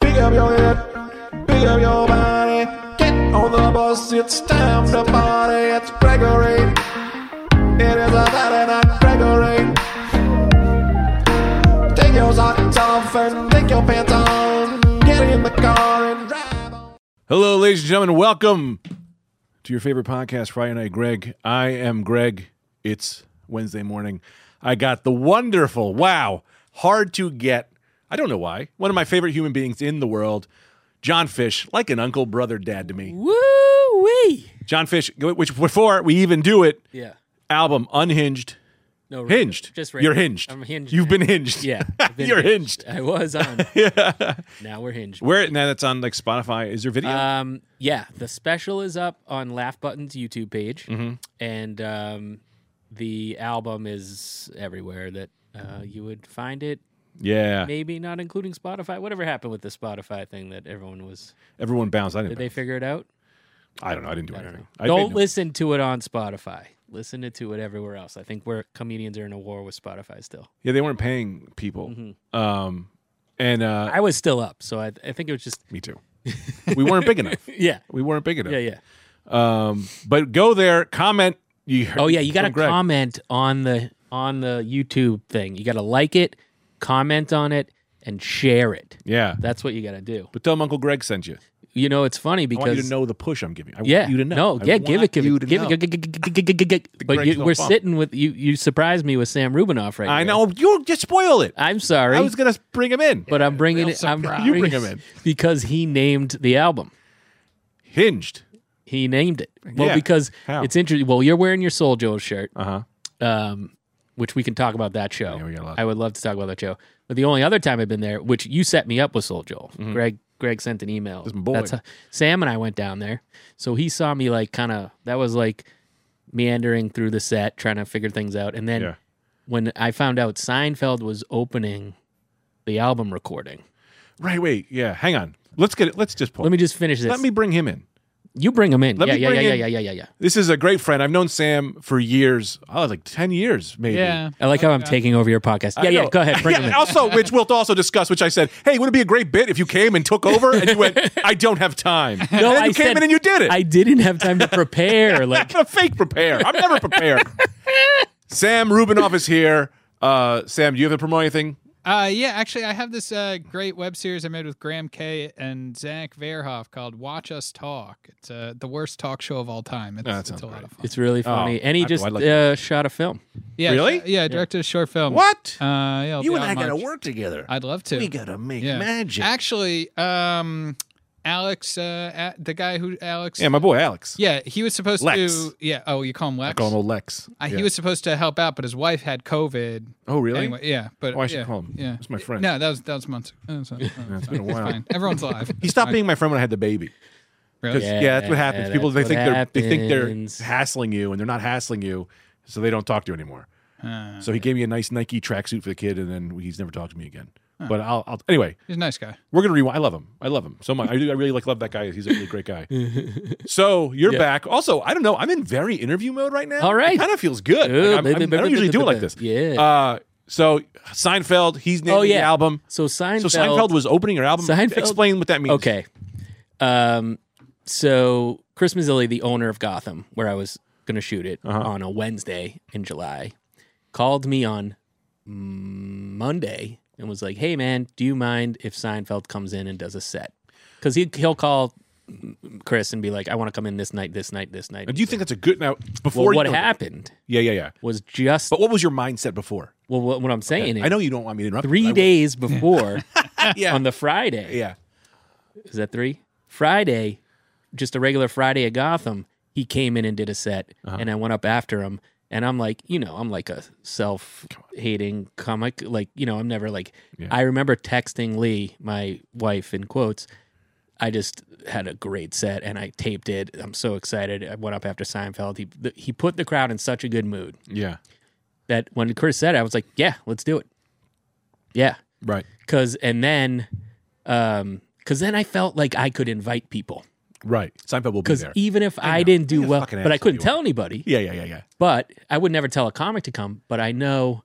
Pick up your head, pick up your body. Get on the bus, it's time to party. It's Gregory. It is a Saturday night, Gregory. Take your socks off and take your pants on. Get in the car and drive on. Hello, ladies and gentlemen. Welcome to your favorite podcast, Friday Night Greg. I am Greg. It's Wednesday morning. I got the wonderful, wow, hard to get. I don't know why. One of my favorite human beings in the world, John Fish, like an uncle, brother, dad to me. Woo wee. John Fish, which before we even do it, Yeah. album Unhinged. No. regular. Hinged. Just regular. You're hinged. I'm hinged. You've been hinged. Yeah. I've been You're hinged. I was on. Yeah. now we're hinged. Where now that's on like Spotify. Is there video? um. Yeah. The special is up on Laugh Button's YouTube page, Mm-hmm. and um, the album is everywhere that uh, you would find it. yeah. Maybe not including Spotify. Whatever happened with the Spotify thing that everyone was? Everyone bounced. I didn't. Did they bounce. figure it out? I don't know. I didn't do anything. I Don't didn't- listen to it on Spotify. Listen to it everywhere else. I think we're comedians are in a war with Spotify still. Yeah, they weren't paying people. Mm-hmm. Um, and uh, I was still up, so I, I think it was just me too. We weren't big enough. yeah, We weren't big enough. yeah, yeah. Um, but go there, comment. You heard Oh yeah, you got to from Greg. comment on the on the YouTube thing. You got to like it, comment on it, and share it. Yeah, That's what you got to do. but tell them Uncle Greg sent you. You know, it's funny I because want you to know the push I'm giving. I yeah, want you to know. no, I yeah, give want it, give you it, to give know. it, give it, give it, give it, give it. But Greg's you, no we're bum. sitting with you. You surprised me with Sam Rubinoff right I now. know you just spoil it. I'm sorry, I was gonna bring him in. but I'm bringing it. I'm surprise. You bring bringing- him in. because he named the album. Hinged. He named it. Well, Yeah. because How? it's interesting. Well, you're wearing your Soul Joe shirt. Uh huh. um, which we can talk about that show. Yeah, we got a lot. I would love to talk about that show. But the only other time I've been there, which you set me up with Soul Joel, Mm-hmm. Greg. Greg sent an email. my boy. how, Sam and I went down there, so he saw me like kind of. That was like meandering through the set, trying to figure things out. And then Yeah. when I found out Seinfeld was opening the album recording, Right. Wait. Yeah. Hang on. Let's get it. Let's just pause. let me just finish this. Let me bring him in. you bring him in. let yeah, me yeah, bring yeah, in- yeah, yeah, yeah, yeah, This is a great friend. I've known Sam for years. Oh, like ten years, maybe. Yeah. I like how I'm taking over your podcast. Yeah, I yeah. know. Go ahead, bring him in. Also, which we'll also discuss, which I said, hey, would it be a great bit if you came and took over? And you went, I don't have time. No, and then I you came said- in and you did it. I didn't have time to prepare. Like I'm a fake prepare. I'm never prepared. Sam Rubinoff is here. Uh, Sam, do you have to promote anything? Uh, yeah, actually, I have this uh, great web series I made with Graham Kay and Zach Verhoff called "Watch Us Talk." It's uh, the worst talk show of all time. It's, that it's sounds a lot great. of fun. It's really funny. and Oh, I he have to- just I'd like uh, shot a film. yeah, Really? Yeah, I directed a short film. What? Uh, yeah, it'll be out in March. work together. I'd love to. gotta make Yeah. Actually, um, Alex, uh, a- the guy who Alex, Yeah, my boy Alex. yeah, he was supposed Lex. to. Yeah. Oh, you call him Lex. I call him old Lex. Uh, Yeah. He was supposed to help out, but his wife had COVID. Oh, really? Anyway, yeah. But Oh, I should yeah, call him. Yeah. It's my friend. No, that was that was months. Oh, that was- that was It's been a while. fine. Everyone's alive. He stopped being my friend when I had the baby. Really? yeah, that's what happens. Yeah, People they that's think what they're they think happens. they're hassling you, and they're not hassling you, so they don't talk to you anymore. so he gave me a nice Nike tracksuit for the kid, and then he's never talked to me again. But I'll, I'll anyway. He's a nice guy. We're gonna rewind. I love him. I love him so much. I, do, I really like love that guy. He's a really great guy. so you're back. Also, I don't know. I'm in very interview mode right now. All right. kind of feels good. Ooh, Like, I'm- baby, I'm- I baby, don't usually do it like baby. this. Yeah. Uh, so Seinfeld. He's naming Oh, yeah. the album. So Seinfeld. So Seinfeld was opening your album. Seinfeld- Explain what that means. okay. Um, so Chris Mazzilli, the owner of Gotham, where I was going to shoot it Uh-huh. on a Wednesday in July, called me on Monday and was like, "Hey, man, do you mind if Seinfeld comes in and does a set? Because he he'll call Chris and be like, "I want to come in this night, this night, this night." And do you think that's a good now? Before well, what you, happened Yeah, yeah, yeah. was just But what was your mindset before? well, what, what I'm saying is I know you don't want me to interrupt. three you. I- days before Yeah. on the Friday. Yeah. Is that three? Friday, just a regular Friday at Gotham. He came in and did a set, Uh-huh. and I went up after him. And I'm like, you know, I'm like a self hating comic. Like, you know, I'm never like, I remember texting Lee, my wife, in quotes. I just had a great set and I taped it. I'm so excited. I went up after Seinfeld. He, th he put the crowd in such a good mood Yeah. that when Chris said it, I was like, yeah, let's do it. Yeah. Right. Cause and then, um, cause then I felt like I could invite people. Right. Seinfeld will be Cause there. even if I, didn't do You're a well, fucking but I asshole, couldn't you tell anybody. yeah, yeah, yeah, yeah. But I would never tell a comic to come. But I know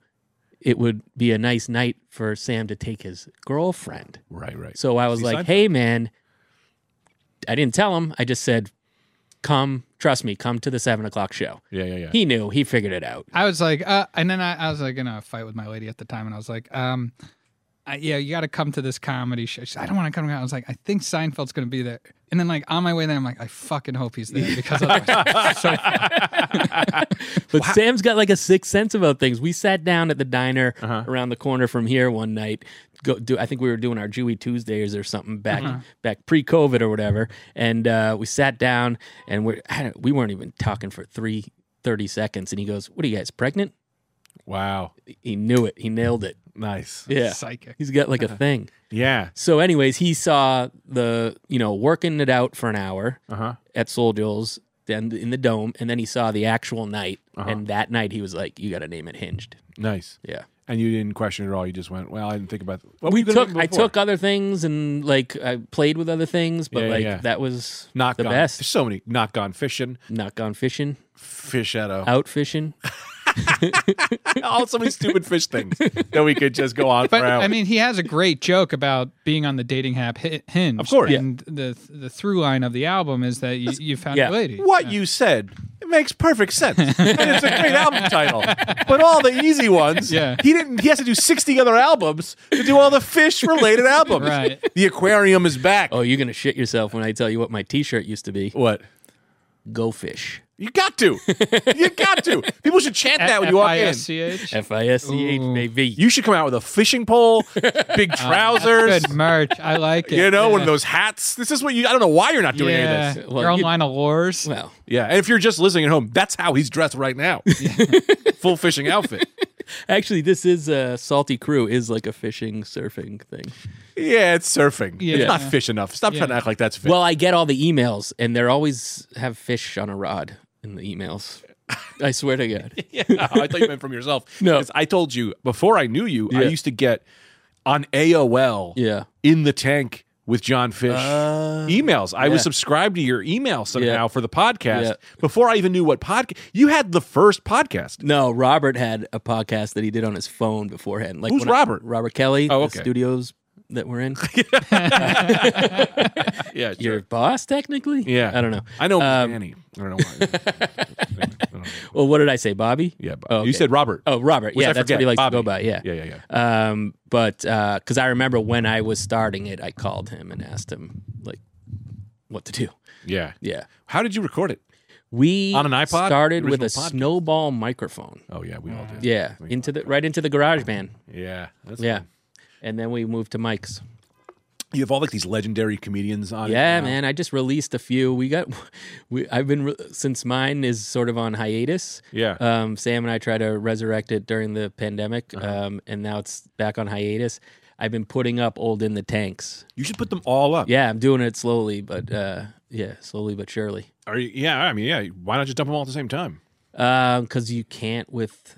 it would be a nice night for Sam to take his girlfriend. Right, right. So I was See, like, Seinfeld. hey, man, I didn't tell him. I just said, come, trust me, come to the seven o'clock show. yeah, yeah, yeah. He knew, he figured it out. I was like, uh, and then I, I was like in a fight with my lady at the time, and I was like, um, I, yeah, you got to come to this comedy show. She said, I don't want to come. I was like, I think Seinfeld's going to be there. And then like on my way there, I'm like, I fucking hope he's there because otherwise, so But Sam's got like a sixth sense about things. We sat down at the diner around the corner from here one night. Go, do, I think we were doing our Jewy Tuesdays or something back back pre COVID or whatever. And uh, we sat down and we're, I don't- we weren't even talking for three thirty seconds. And he goes, What are you guys, pregnant? Wow, He knew it. He nailed it. nice. Yeah. psychic. He's got like a thing. Yeah, So, anyways, he saw the, you know, working it out for an hour uh huh. at Soul Jules, then in the dome, and then he saw the actual night. Uh-huh. And that night, he was like, "You got to name it Hinged." Nice. Yeah, And you didn't question it at all. You just went, well, I didn't think about. Well, we took. I took other things and like I played with other things, but Yeah, yeah, like yeah. that was not the gone. There's best. so many not gone fishing, Not gone fishing, fish shadow, out fishing. all so many stupid fish things that we could just go on But for hours. I mean, he has a great joke about being on the dating app Hi- Hinge. Of course. and the the through line of the album is that you, you found yeah. your lady. what you said it makes perfect sense. and it's a great album title. But all the easy ones, Yeah. he didn't. He has to do sixty other albums to do all the fish related albums. Right. The aquarium is back. Oh, you're gonna shit yourself when I tell you what my T-shirt used to be. What? Go fish. You got to. You got to. People should chant that when you walk in. F-I-S-C-H? F I S C H Ooh. baby. You should come out with a fishing pole, big trousers. Uh, Good merch. I like it. You know, yeah. one of those hats. This is what you. I don't know why you're not doing any yeah. of this. Well, Your own you- line of lures. Well, Yeah, and if you're just listening at home, that's how he's dressed right now. Full fishing outfit. actually, this is uh, salty crew is like a fishing surfing thing. Yeah, it's surfing. It's Yeah. not fish enough. Stop trying to act like that's fish. Well, I get all the emails, and they're always have fish on a rod in the emails. I swear to God. yeah, I thought you meant from yourself. No. 'Cause I told you before I knew you, I Yeah. used to get on AOL Yeah. in the tank with John Fish Uh, emails. I was yeah. subscribed to your email somehow Yeah. for the podcast Yeah. before I even knew what podcast. You had the first podcast. No, Robert had a podcast that he did on his phone beforehand. Like Who's when I- Robert? Robert Kelly. Oh, the okay. studios that we're in. Yeah, sure. Your boss, technically. yeah. I don't know. I know Um, Annie. I don't know why. Anyway, I don't know. Well, what did I say, Bobby? Yeah, but Oh, you okay. said Robert. Oh, Robert. Which yeah, I that's forget. what he likes Bobby. to go by. Yeah. yeah, yeah, yeah. Um, but because I remember when I was starting it, I called him and asked him like what to do. Yeah. Yeah. How did you record it? We On an iPod? started with a Original podcast. snowball microphone. Oh yeah, we all did. Yeah, into the right into the garage band. yeah. That's Yeah, fun. and then we moved to Mike's. You have all like these legendary comedians on. it Yeah, now. man, I just released a few. We got, we I've been re- since mine is sort of on hiatus. Yeah. Um, Sam and I tried to resurrect it during the pandemic, Uh-huh. um, and now it's back on hiatus. I've been putting up old in the tanks. you should put them all up. Yeah, I'm doing it slowly, but uh, yeah, slowly but surely. Are you, yeah. I mean, yeah. Why not just dump them all at the same time? because Um, you can't with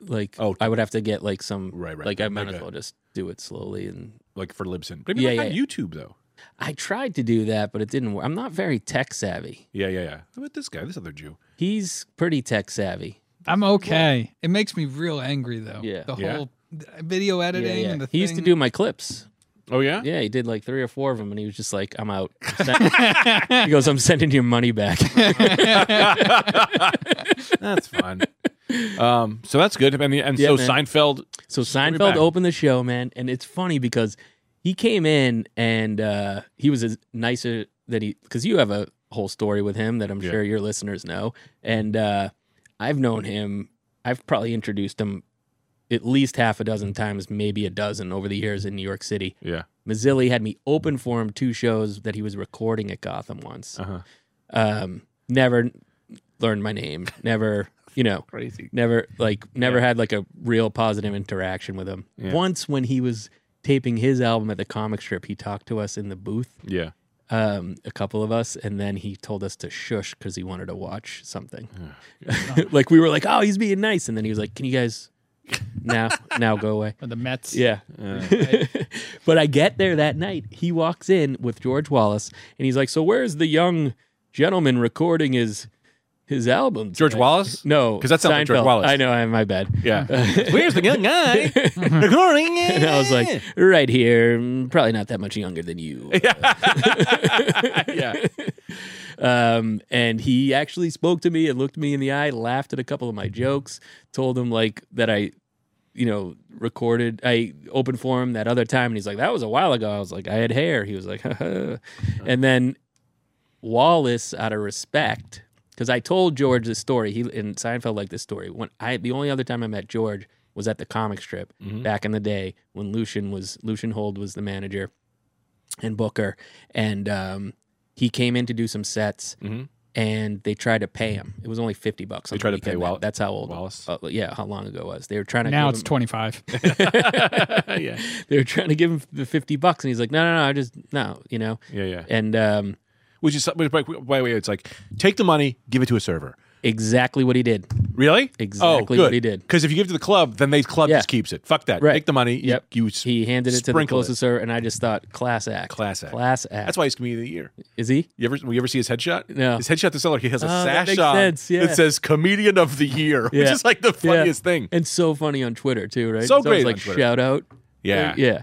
like Oh, I would have to get like some Right, right. Like I might Like as a- well just do it slowly and Like for Libsyn. Maybe Yeah, yeah, on yeah. YouTube though. I tried to do that, but it didn't work. I'm not very tech savvy. Yeah, yeah, yeah. How about this guy? This other Jew. He's pretty tech savvy. I'm okay. It makes me real angry though. Yeah. The Yeah. whole video editing and the He used to thing. do my clips. Oh yeah. Yeah, he did like three or four of them, and he was just like, "I'm out." I'm send- he goes, "I'm sending your money back." That's fun. um. So that's good. And, and Yeah, so man. Seinfeld. so back. Seinfeld opened the show, man, and it's funny because he came in and uh, he was as nicer than he because you have a whole story with him that I'm Yeah. sure your listeners know, and uh, I've known him. I've probably introduced him at least half a dozen times, maybe a dozen over the years in New York City. Yeah. Mazzilli had me open for him two shows that he was recording at Gotham once. Uh huh. Um, never learned my name. Never, you know, Crazy. never like never had like a real positive interaction with him. Yeah. Once when he was taping his album at the comic strip, he talked to us in the booth, Yeah. um, a couple of us, and then he told us to shush because he wanted to watch something. like we were like, oh, he's being nice, and then he was like, can you guys now now go away? Or the Mets. Yeah. but I get there that night. He walks in with George Wallace and he's like, So where's the young gentleman recording his his album. George today. Wallace? No, 'Cause that sounds like George Seinfeld. Wallace. I know, I my bad. Uh, Yeah. Where's the young guy? Recording it. And I was like, right here, mm, probably not that much younger than you. yeah. Um, and he actually spoke to me and looked me in the eye, laughed at a couple of my jokes, told him like that I, you know, recorded, I opened for him that other time. And he's like, that was a while ago. I was like, I had hair. He was like, and then Wallace, out of respect, because I told George this story. He and Seinfeld liked this story. When I the only other time I met George was at the comic strip Mm-hmm. back in the day when Lucian was Lucian Hold was the manager and Booker, and um, he came in to do some sets. And they tried to pay him. It was only fifty bucks. On Mm-hmm. tried to pay Wall- Wallace. That's how old. Wallace? Uh, yeah, how long ago it was? They were trying to Now give it's him- 25. yeah. they were trying to give him the fifty bucks, and he's like, "No, no, no, I just no," you know. Yeah, yeah. And um, Which is which, by, by the way, it's like take the money, give it to a server. exactly what he did. Really? Exactly what he did. Because if you give it to the club, then they club Yeah. just keeps it. Fuck that. Right. Take the money. you- Yep. You, s- He handed it to the Sprinkle it. closest server, and I just thought, class act. Class act. Class act. That's why he's comedian of the year. Is he? You ever you ever see his headshot? No. His headshot the seller, he has a Oh, that sash makes on sense, yeah. that says comedian of the year, which Yeah. is like the Yeah. funniest thing. And so funny on Twitter too, right? So it's great like on Twitter. shout out. Uh, Yeah. Yeah.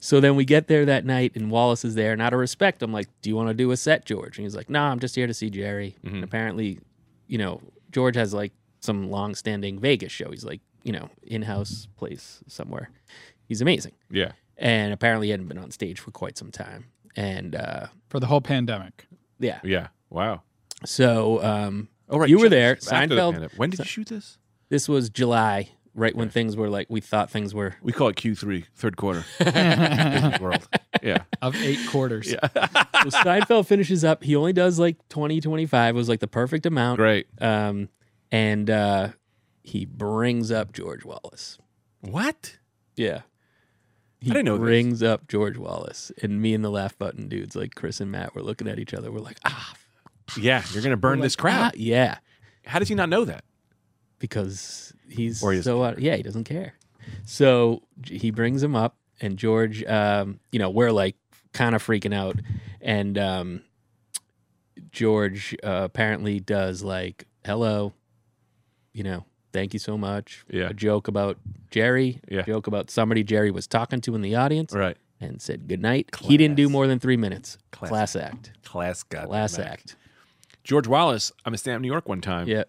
So then we get there that night, and Wallace is there, and out of respect, I'm like, "Do you want to do a set, George?" And he's like, "Nah, I'm just here to see Jerry." Mm-hmm. And apparently, you know, George has like some long-standing Vegas show. He's like, you know, in-house place somewhere. He's amazing, Yeah. and apparently he hadn't been on stage for quite some time. And uh, For the whole pandemic. yeah, Yeah. Wow. so um, All Oh, right. you were shut- there. after the Seinfeld. pandemic. when did you shoot this? This was July, right when things were like we thought things were. We call it Q3, third quarter. Disney World. Yeah. Of eight quarters. So Seinfeld finishes up. He only does like 20, 25. It was like the perfect amount. Great. Um, and uh, he brings up George Wallace. What? Yeah. He didn't know this. brings up George Wallace. And me and the laugh button dudes, like Chris and Matt, were looking at each other. We're like, ah, Yeah. You're gonna burn this crowd. ah, yeah. How did you not know that? because he's Or he doesn't so out, yeah he doesn't care so J- he brings him up and george um you know we're like kind of freaking out and um george uh, apparently does like hello you know thank you so much Yeah. a joke about jerry Yeah. a joke about somebody jerry was talking to in the audience Right. and said good night he didn't do Class. more than three minutes Class. class, act Class got class back. act George Wallace, I'm in Stamp, New York one time. yeah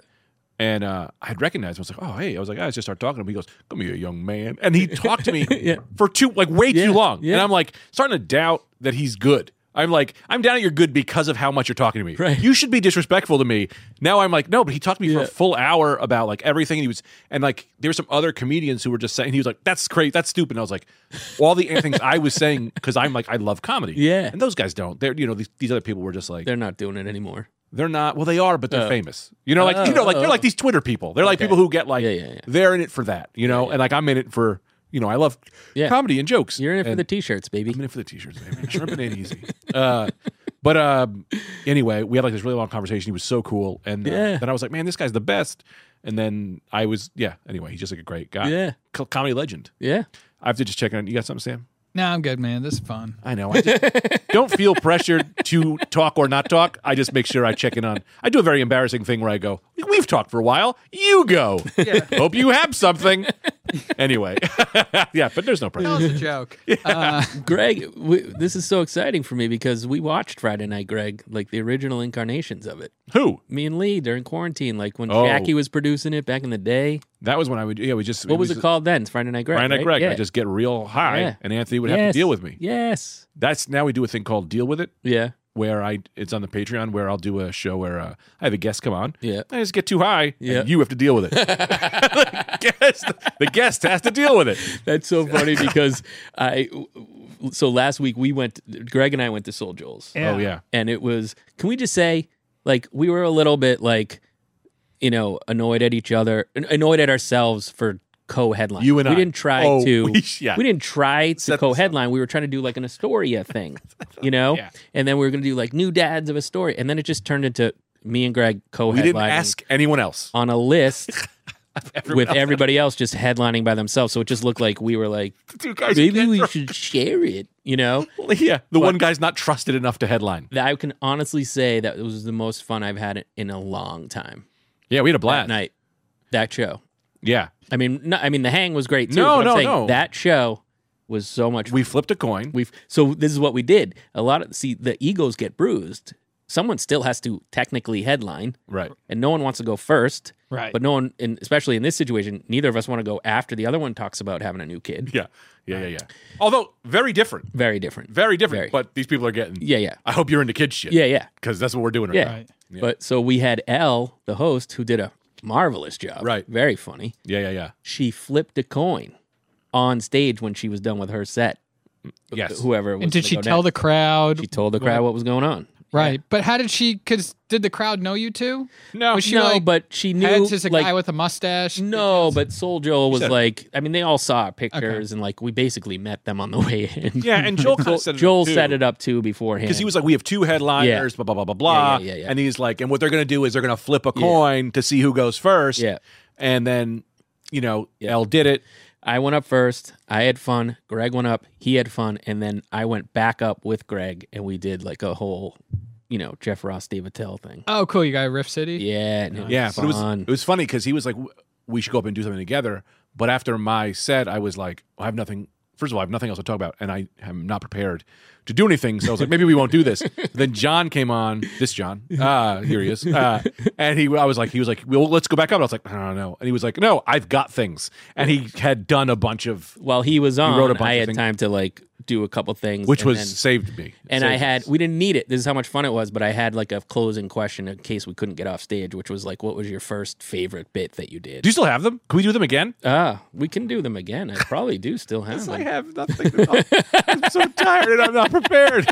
And uh, I had recognized him. I was like, oh, hey. I was like, I just start talking to him. He goes, come here, young man. And he talked to me Yeah. for too, like, way Yeah, too long. yeah. And I'm like, starting to doubt that he's good. I'm like, I'm down at you're good because of how much you're talking to me. Right. You should be disrespectful to me. Now I'm like, no, but he talked to me for Yeah. a full hour about like everything. He was, and like, there were some other comedians who were just saying, he was like, that's great. That's stupid. And I was like, all the things I was saying, because I'm like, I love comedy. Yeah. And those guys don't. They're, you know, these, these other people were just like, they're not doing it anymore they're not. Well, they are, but Oh. they're famous. You know, like you know, like they're like these Twitter people. They're like people who get like Yeah, yeah, yeah. they're in it for that. You know, and like I'm in it for you know I love Yeah. comedy and jokes. you're in it for And the t-shirts baby I'm in it for the t-shirts, baby. Shrimping ain't easy. Uh, but um, anyway, we had like this really long conversation. He was so cool, and uh, Yeah. then I was like, man, this guy's the best. And then I was yeah. Anyway, he's just like a great guy. Yeah. Co- comedy legend. yeah I have to just check in. You got something, Sam? No, I'm good, man. This is fun. I know. I just don't feel pressured to talk or not talk. I just make sure I check in on. I do a very embarrassing thing where I go, "We've talked for a while. You go. Hope you have something." anyway, yeah, but there's no pressure. That was a joke. Uh, Greg, we, this is so exciting for me because we watched Friday Night Greg, like the original incarnations of it. Who? Me and Lee during quarantine, like when Oh. Jackie was producing it back in the day. That was when I would. Yeah, we just. What was just- it called then? It's Friday Night Greg. Brian and right? Greg. Yeah. I just get real high, Yeah. and Anthony would have Yes. to deal with me. Yes. That's now we do a thing called "Deal with It," Yeah. where I it's on the Patreon where I'll do a show where uh, I have a guest come on. Yeah. I just get too high, Yeah. and you have to deal with it. the, guest, the guest has to deal with it. That's so funny because I. So last week we went. Greg and I went to Soul Joel's. Oh yeah. and it was can we just say like we were a little bit like you know annoyed at each other annoyed at ourselves for co-headline You and we I. didn't try Oh, to we- yeah. we didn't try to Set this co-headline we were trying to do like an astoria thing you know Yeah. and then we were going to do like new dads of astoria and then it just turned into me and greg We co-headlining didn't ask anyone else. on a list with everybody else just headlining by themselves so it just looked like we were like Two guys maybe we should share it you know yeah, the one guy's not trusted enough to headline. that I can honestly say that it was the most fun I've had in a long time. Yeah, we had a that blast. night, that show. Yeah, I mean, no, I mean, The Hang was great too. No, but I'm no, saying no. That show was so much. we flipped a coin. We've so this is what we did. A lot of see the egos get bruised. Someone still has to technically headline, right. and no one wants to go first. Right. But no one, and especially in this situation, neither of us want to go after the other one talks about having a new kid. Yeah. Yeah. Yeah. Yeah. Although very different, Very different. very different. Very. But these people are getting. Yeah, yeah, I hope you're into kid shit. yeah, yeah, Because that's what we're doing right yeah. now. Right. Yeah. But so we had Elle, the host, who did a marvelous job. Right. Very funny. Yeah. Yeah. Yeah. She flipped a coin on stage when she was done with her set. Yes. Whoever. Was And did gonna she go tell next. the crowd? She told the crowd what was going on. right. But how did she? Because did the crowd know you two? No. Was she no, like, but she knew. Heads is a like, guy with a mustache. No, but Soul Joe was said- like, I mean, they all saw pictures and like we basically met them on the way in. Yeah, and Joel kind of said it Joel set it up too beforehand. because he was like, "We have two headliners, blah blah blah blah blah," Yeah, yeah, yeah, yeah. and he's like, "And what they're going to do is they're going to flip a coin to see who goes first. Yeah. and then you know, L did it. I went up first. I had fun. Greg went up. He had fun, and then I went back up with Greg, and we did like a whole, you know, Jeff Ross, Dave Attell thing. Oh, cool. You got a Riff City. Yeah, and it Yeah, was but it was fun. it was funny because he was like, "W- "We should go up and do something together." But after my set, I was like, "I have nothing." First of all, I have nothing else to talk about, and I am not prepared to do anything. So I was like, "Maybe we won't do this." then John came on. This John, uh, here he is, uh, and he. I was like, he was like, "Well, let's go back up." And I was like, "I don't know," and he was like, "No, I've got things," and he had done a bunch of, While he was on, wrote a bunch I of had things. time to like do a couple things, which and was then- saved me. and I Saved had us. we didn't need it. This is how much fun it was. But I had like a closing question in case we couldn't get off stage, which was like, what was your first favorite bit that you did? Do you still have them? Can we do them again? Ah, we can do them again. I probably do still have I them. have nothing. To talk. I'm so tired, and I'm not prepared.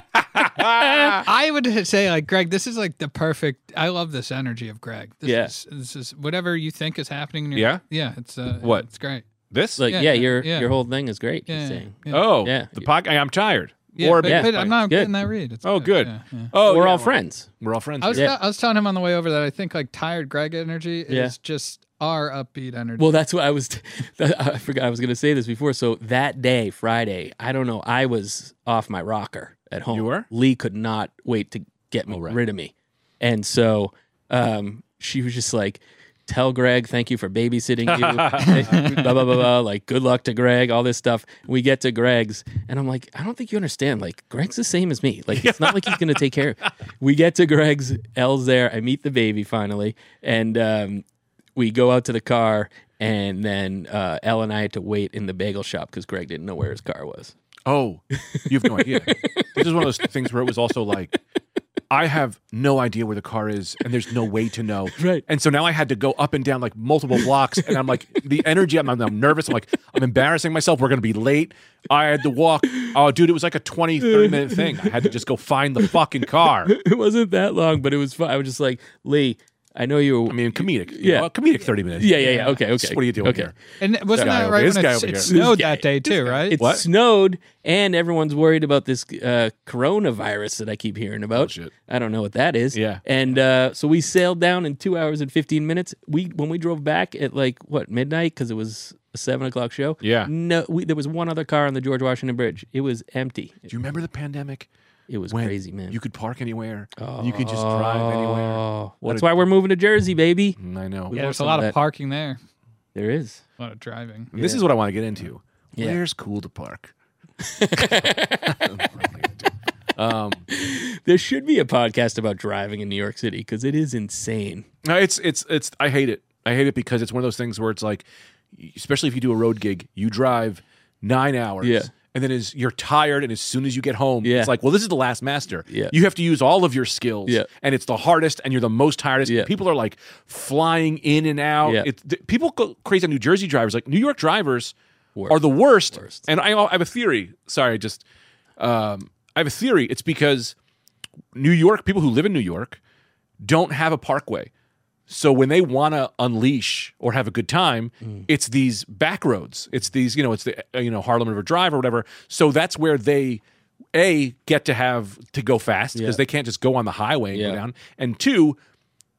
I would say like Greg, this is like the perfect. I love this energy of Greg. This Yeah. is, this is whatever you think is happening. In your, Yeah? yeah. It's uh, What? It's great. this, Like, Yeah, yeah, yeah, your yeah. your whole thing is great. Yeah, Yeah, yeah, yeah. Oh, Yeah. The podcast. I'm tired. Yeah, or but, yeah, but I'm not good. getting that read. It's oh, good. Yeah, yeah. Oh, we're yeah, all friends. We're all friends. I was, here. Yeah. I was telling him on the way over that I think like tired Greg energy is Yeah. just our upbeat energy. Well, that's what I was. I forgot I was going to say this before. So that day, Friday, I don't know. I was off my rocker at home. You were? Oh, Lee could not wait to get me, right. rid of me, and so um, she was just like. Tell Greg, thank you for babysitting you. blah, blah, blah, blah. Like, good luck to Greg, all this stuff. We get to Greg's, and I'm like, I don't think you understand. Like, Greg's the same as me. Like, it's not like he's going to take care of We get to Greg's, Elle's there. I meet the baby finally, and um, we go out to the car and then uh, Elle and I had to wait in the bagel shop because Greg didn't know where his car was. oh, you have no idea. this is one of those things where it was also like, I have no idea where the car is, and there's no way to know. Right. And so now I had to go up and down like multiple blocks, and I'm like, the energy. I'm, I'm nervous. I'm like, I'm embarrassing myself. We're gonna be late. I had to walk. Oh, dude, it was like a 20, 30 minute thing. I had to just go find the fucking car. It wasn't that long, but it was fun. I was just like, Lee, I know you were. I mean, comedic. you Yeah. know, comedic. Thirty minutes. yeah, yeah, yeah. Okay, okay. What are you doing okay. here? and wasn't guy that over- right this when guy it, over it here. snowed This guy- that day too, right? It snowed, and everyone's worried about this uh, coronavirus that I keep hearing about. Bullshit. I don't know what that is. Oh, Yeah. And uh, so we sailed down in two hours and fifteen minutes. We when we drove back at like what midnight because it was a seven o'clock show. Yeah. No, we, there was one other car on the George Washington Bridge. It was empty. Do you remember the pandemic? It was when crazy, man. You could park anywhere. You could just drive anywhere. Oh, that's a- why we're moving to Jersey, baby. Mm, I know. yeah, want there's a some lot of of that. parking there, There is. a lot of driving. This is what I want to get into. Yeah. Where's cool to park? um, There should be a podcast about driving in New York City because it is insane. no, it's it's it's. I hate it. I hate it because it's one of those things where it's like, especially if you do a road gig, you drive nine hours. Yeah. And then as you're tired, and as soon as you get home, Yeah. it's like, well, this is the last master. Yeah. You have to use all of your skills, Yeah. and it's the hardest, and you're the most tiredest. Yeah. People are like flying in and out. Yeah. It's th- people go crazy on New Jersey drivers. Like New York drivers Worst. are the worst. Worst. And I, I have a theory. Sorry, just um, I have a theory. It's because New York people who live in New York don't have a parkway. So when they want to unleash or have a good time, Mm. it's these back roads. It's these, you know, it's the uh, you know Harlem River Drive or whatever. So that's where they a get to have to go fast because Yeah. they can't just go on the highway and Yeah. go down. And two,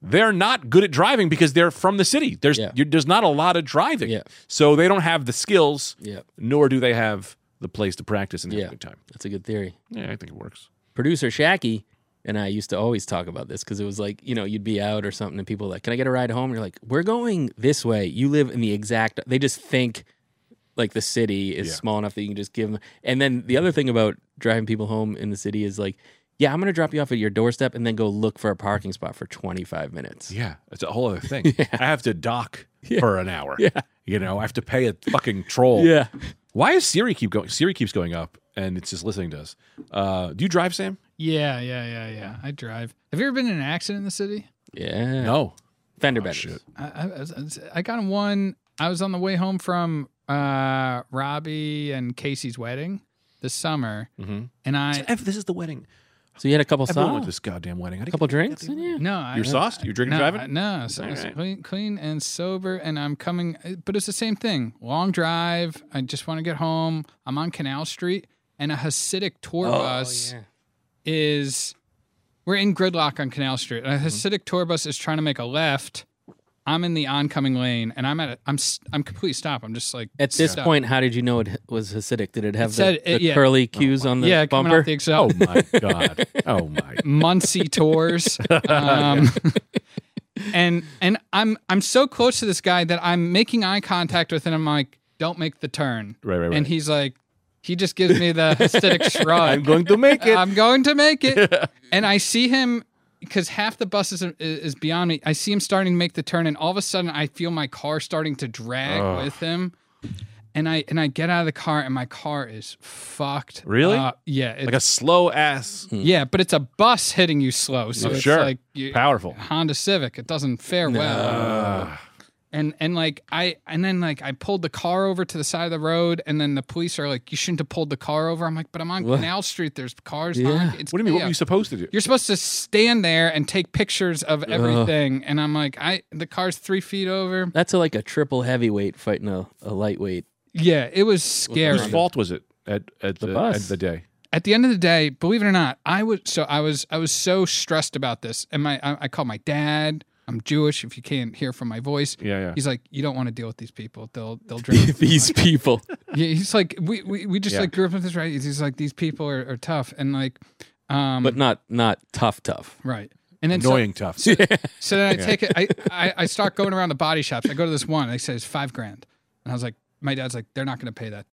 they're not good at driving because they're from the city. There's Yeah. you there's not a lot of driving, Yeah. so they don't have the skills, Yeah. nor do they have the place to practice and have Yeah. a good time. That's a good theory. Yeah, I think it works. Producer Shacky and I used to always talk about this because it was like, you know, you'd be out or something and people were like, can I get a ride home? And you're like, we're going this way. You live in the exact, they just think like the city is Yeah. small enough that you can just give them. And then the other thing about driving people home in the city is like, yeah, I'm going to drop you off at your doorstep and then go look for a parking spot for 25 minutes. Yeah, it's a whole other thing. I have to dock for an hour. Yeah. You know, I have to pay a fucking troll. Yeah. Why is Siri keep going? Siri keeps going up, and it's just listening to us. Uh, do you drive, Sam? Yeah, yeah, yeah, yeah. I drive. Have you ever been in an accident in the city? Yeah. No. Fender benders. shit. I, I, I was- I got in one. I was on the way home from uh, Robbie and Casey's wedding this summer, Mhm. and I Ev, this is the wedding. So you had a couple Everyone went songs, to this goddamn wedding. a couple drinks? Yeah. no, I, You're sauced. You're drinking, no, driving. I- no, so, All it's right. clean, clean and sober, and I'm coming. But it's the same thing. Long drive. I just want to get home. I'm on Canal Street, and a Hasidic Oh, tour bus is. We're in gridlock on Canal Street. and A Mm-hmm. Hasidic tour bus is trying to make a left. I'm in the oncoming lane, and I'm at. A, I'm s- I'm completely stopped. I'm just like At this stuck. point, how did you know it was Hasidic? Did it have the, said- it- the yeah. curly cues on the yeah, coming bumper? off the Oh exhaust. my god. Oh my. Muncie tours. Um, and and I'm I'm so close to this guy that I'm making eye contact with him. I'm like, don't make the turn. Right, right, right. And he's like, he just gives me the aesthetic I'm shrug. going to make it. I'm going to make it. and I see him because half the bus is, is beyond me. I see him starting to make the turn, and all of a sudden, I feel my car starting to drag with him. And I and I get out of the car, and my car is fucked. Really? up. yeah. It's, like a slow ass. yeah, but it's a bus hitting you slow, so Mm. Oh, Hmm. it's sure. like you, Powerful. Honda Civic. It doesn't fare well. And and like I and then like I pulled the car over to the side of the road, and then the police are like, "You shouldn't have pulled the car over." I'm like, "But I'm on Canal Street. There's cars. Yeah. On. It's What do you mean? What were chaos." you supposed to do? You're supposed to stand there and take pictures of everything." And I'm like, "I the car's three feet over." That's a, like a triple heavyweight fighting a, a lightweight. Yeah, it was Whose scary. fault was it at at the, bus. at the day? at the end of the day, believe it or not, I was so I was I was so stressed about this, and my I, I called my dad. I'm Jewish. If you can't hear from my voice, Yeah, yeah. he's like, you don't want to deal with these people. They'll they'll drink. These people. yeah, he's like, we we, we just Yeah. like grew up with this, right? He's like, these people are, are tough, and like, um, But not not tough tough. right. And then so- Annoying tough. so then I take it. I, I I start going around the body shops. I go to this one. They say it's five grand, and I was like, my dad's like, they're not going to pay that.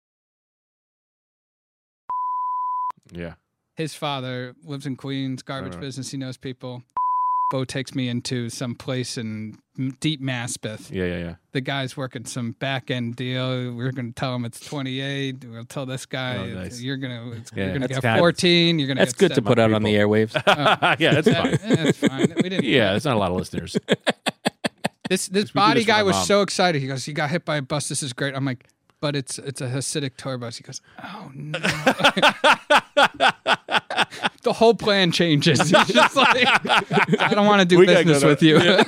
Yeah. his father lives in Queens, garbage Alright. business. He knows people. Bo takes me into some place in deep Maspeth. Yeah, yeah, yeah. The guy's working some back end deal. We're going to tell him it's 28. We'll tell this guy Oh, it's- nice. you're going to it's, Yeah, you're going to that's get bad. 14. You're going to That's get good to seven. put out on the airwaves. yeah, that's Yeah, fine. yeah, that's fine. We didn't. Yeah, it's not a lot of listeners. This this we do body this for guy my was mom. so excited. He goes, "You got hit by a bus. This is great." I'm like, "But it's it's a Hasidic tour bus." He goes, "Oh no." the whole plan changes. He's just like, I don't want to do We gotta business go to- with you. Yeah.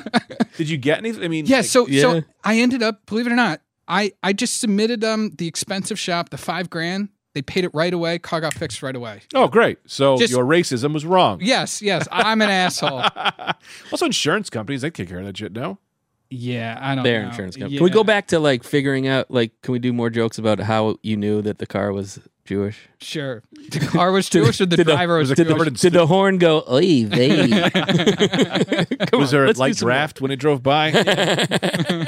Did you get anything? I mean, like- so Yeah. so I ended up, believe it or not, I I just submitted them the expensive shop, the five grand. They paid it right away. Car got fixed right away. oh, great. So Just- your racism was wrong. Yes, yes, I'm an asshole. Also, insurance companies they take care of that shit. No, Yeah, I don't. Their know. insurance company. Can we Yeah. go back to like figuring out like can we do more jokes about how you knew that the car was Jewish? Sure. The car was Jewish, or the driver was Did Jewish. the, did the horn go, oy vey? Come was on, there a let's do light some more. draft when it drove by?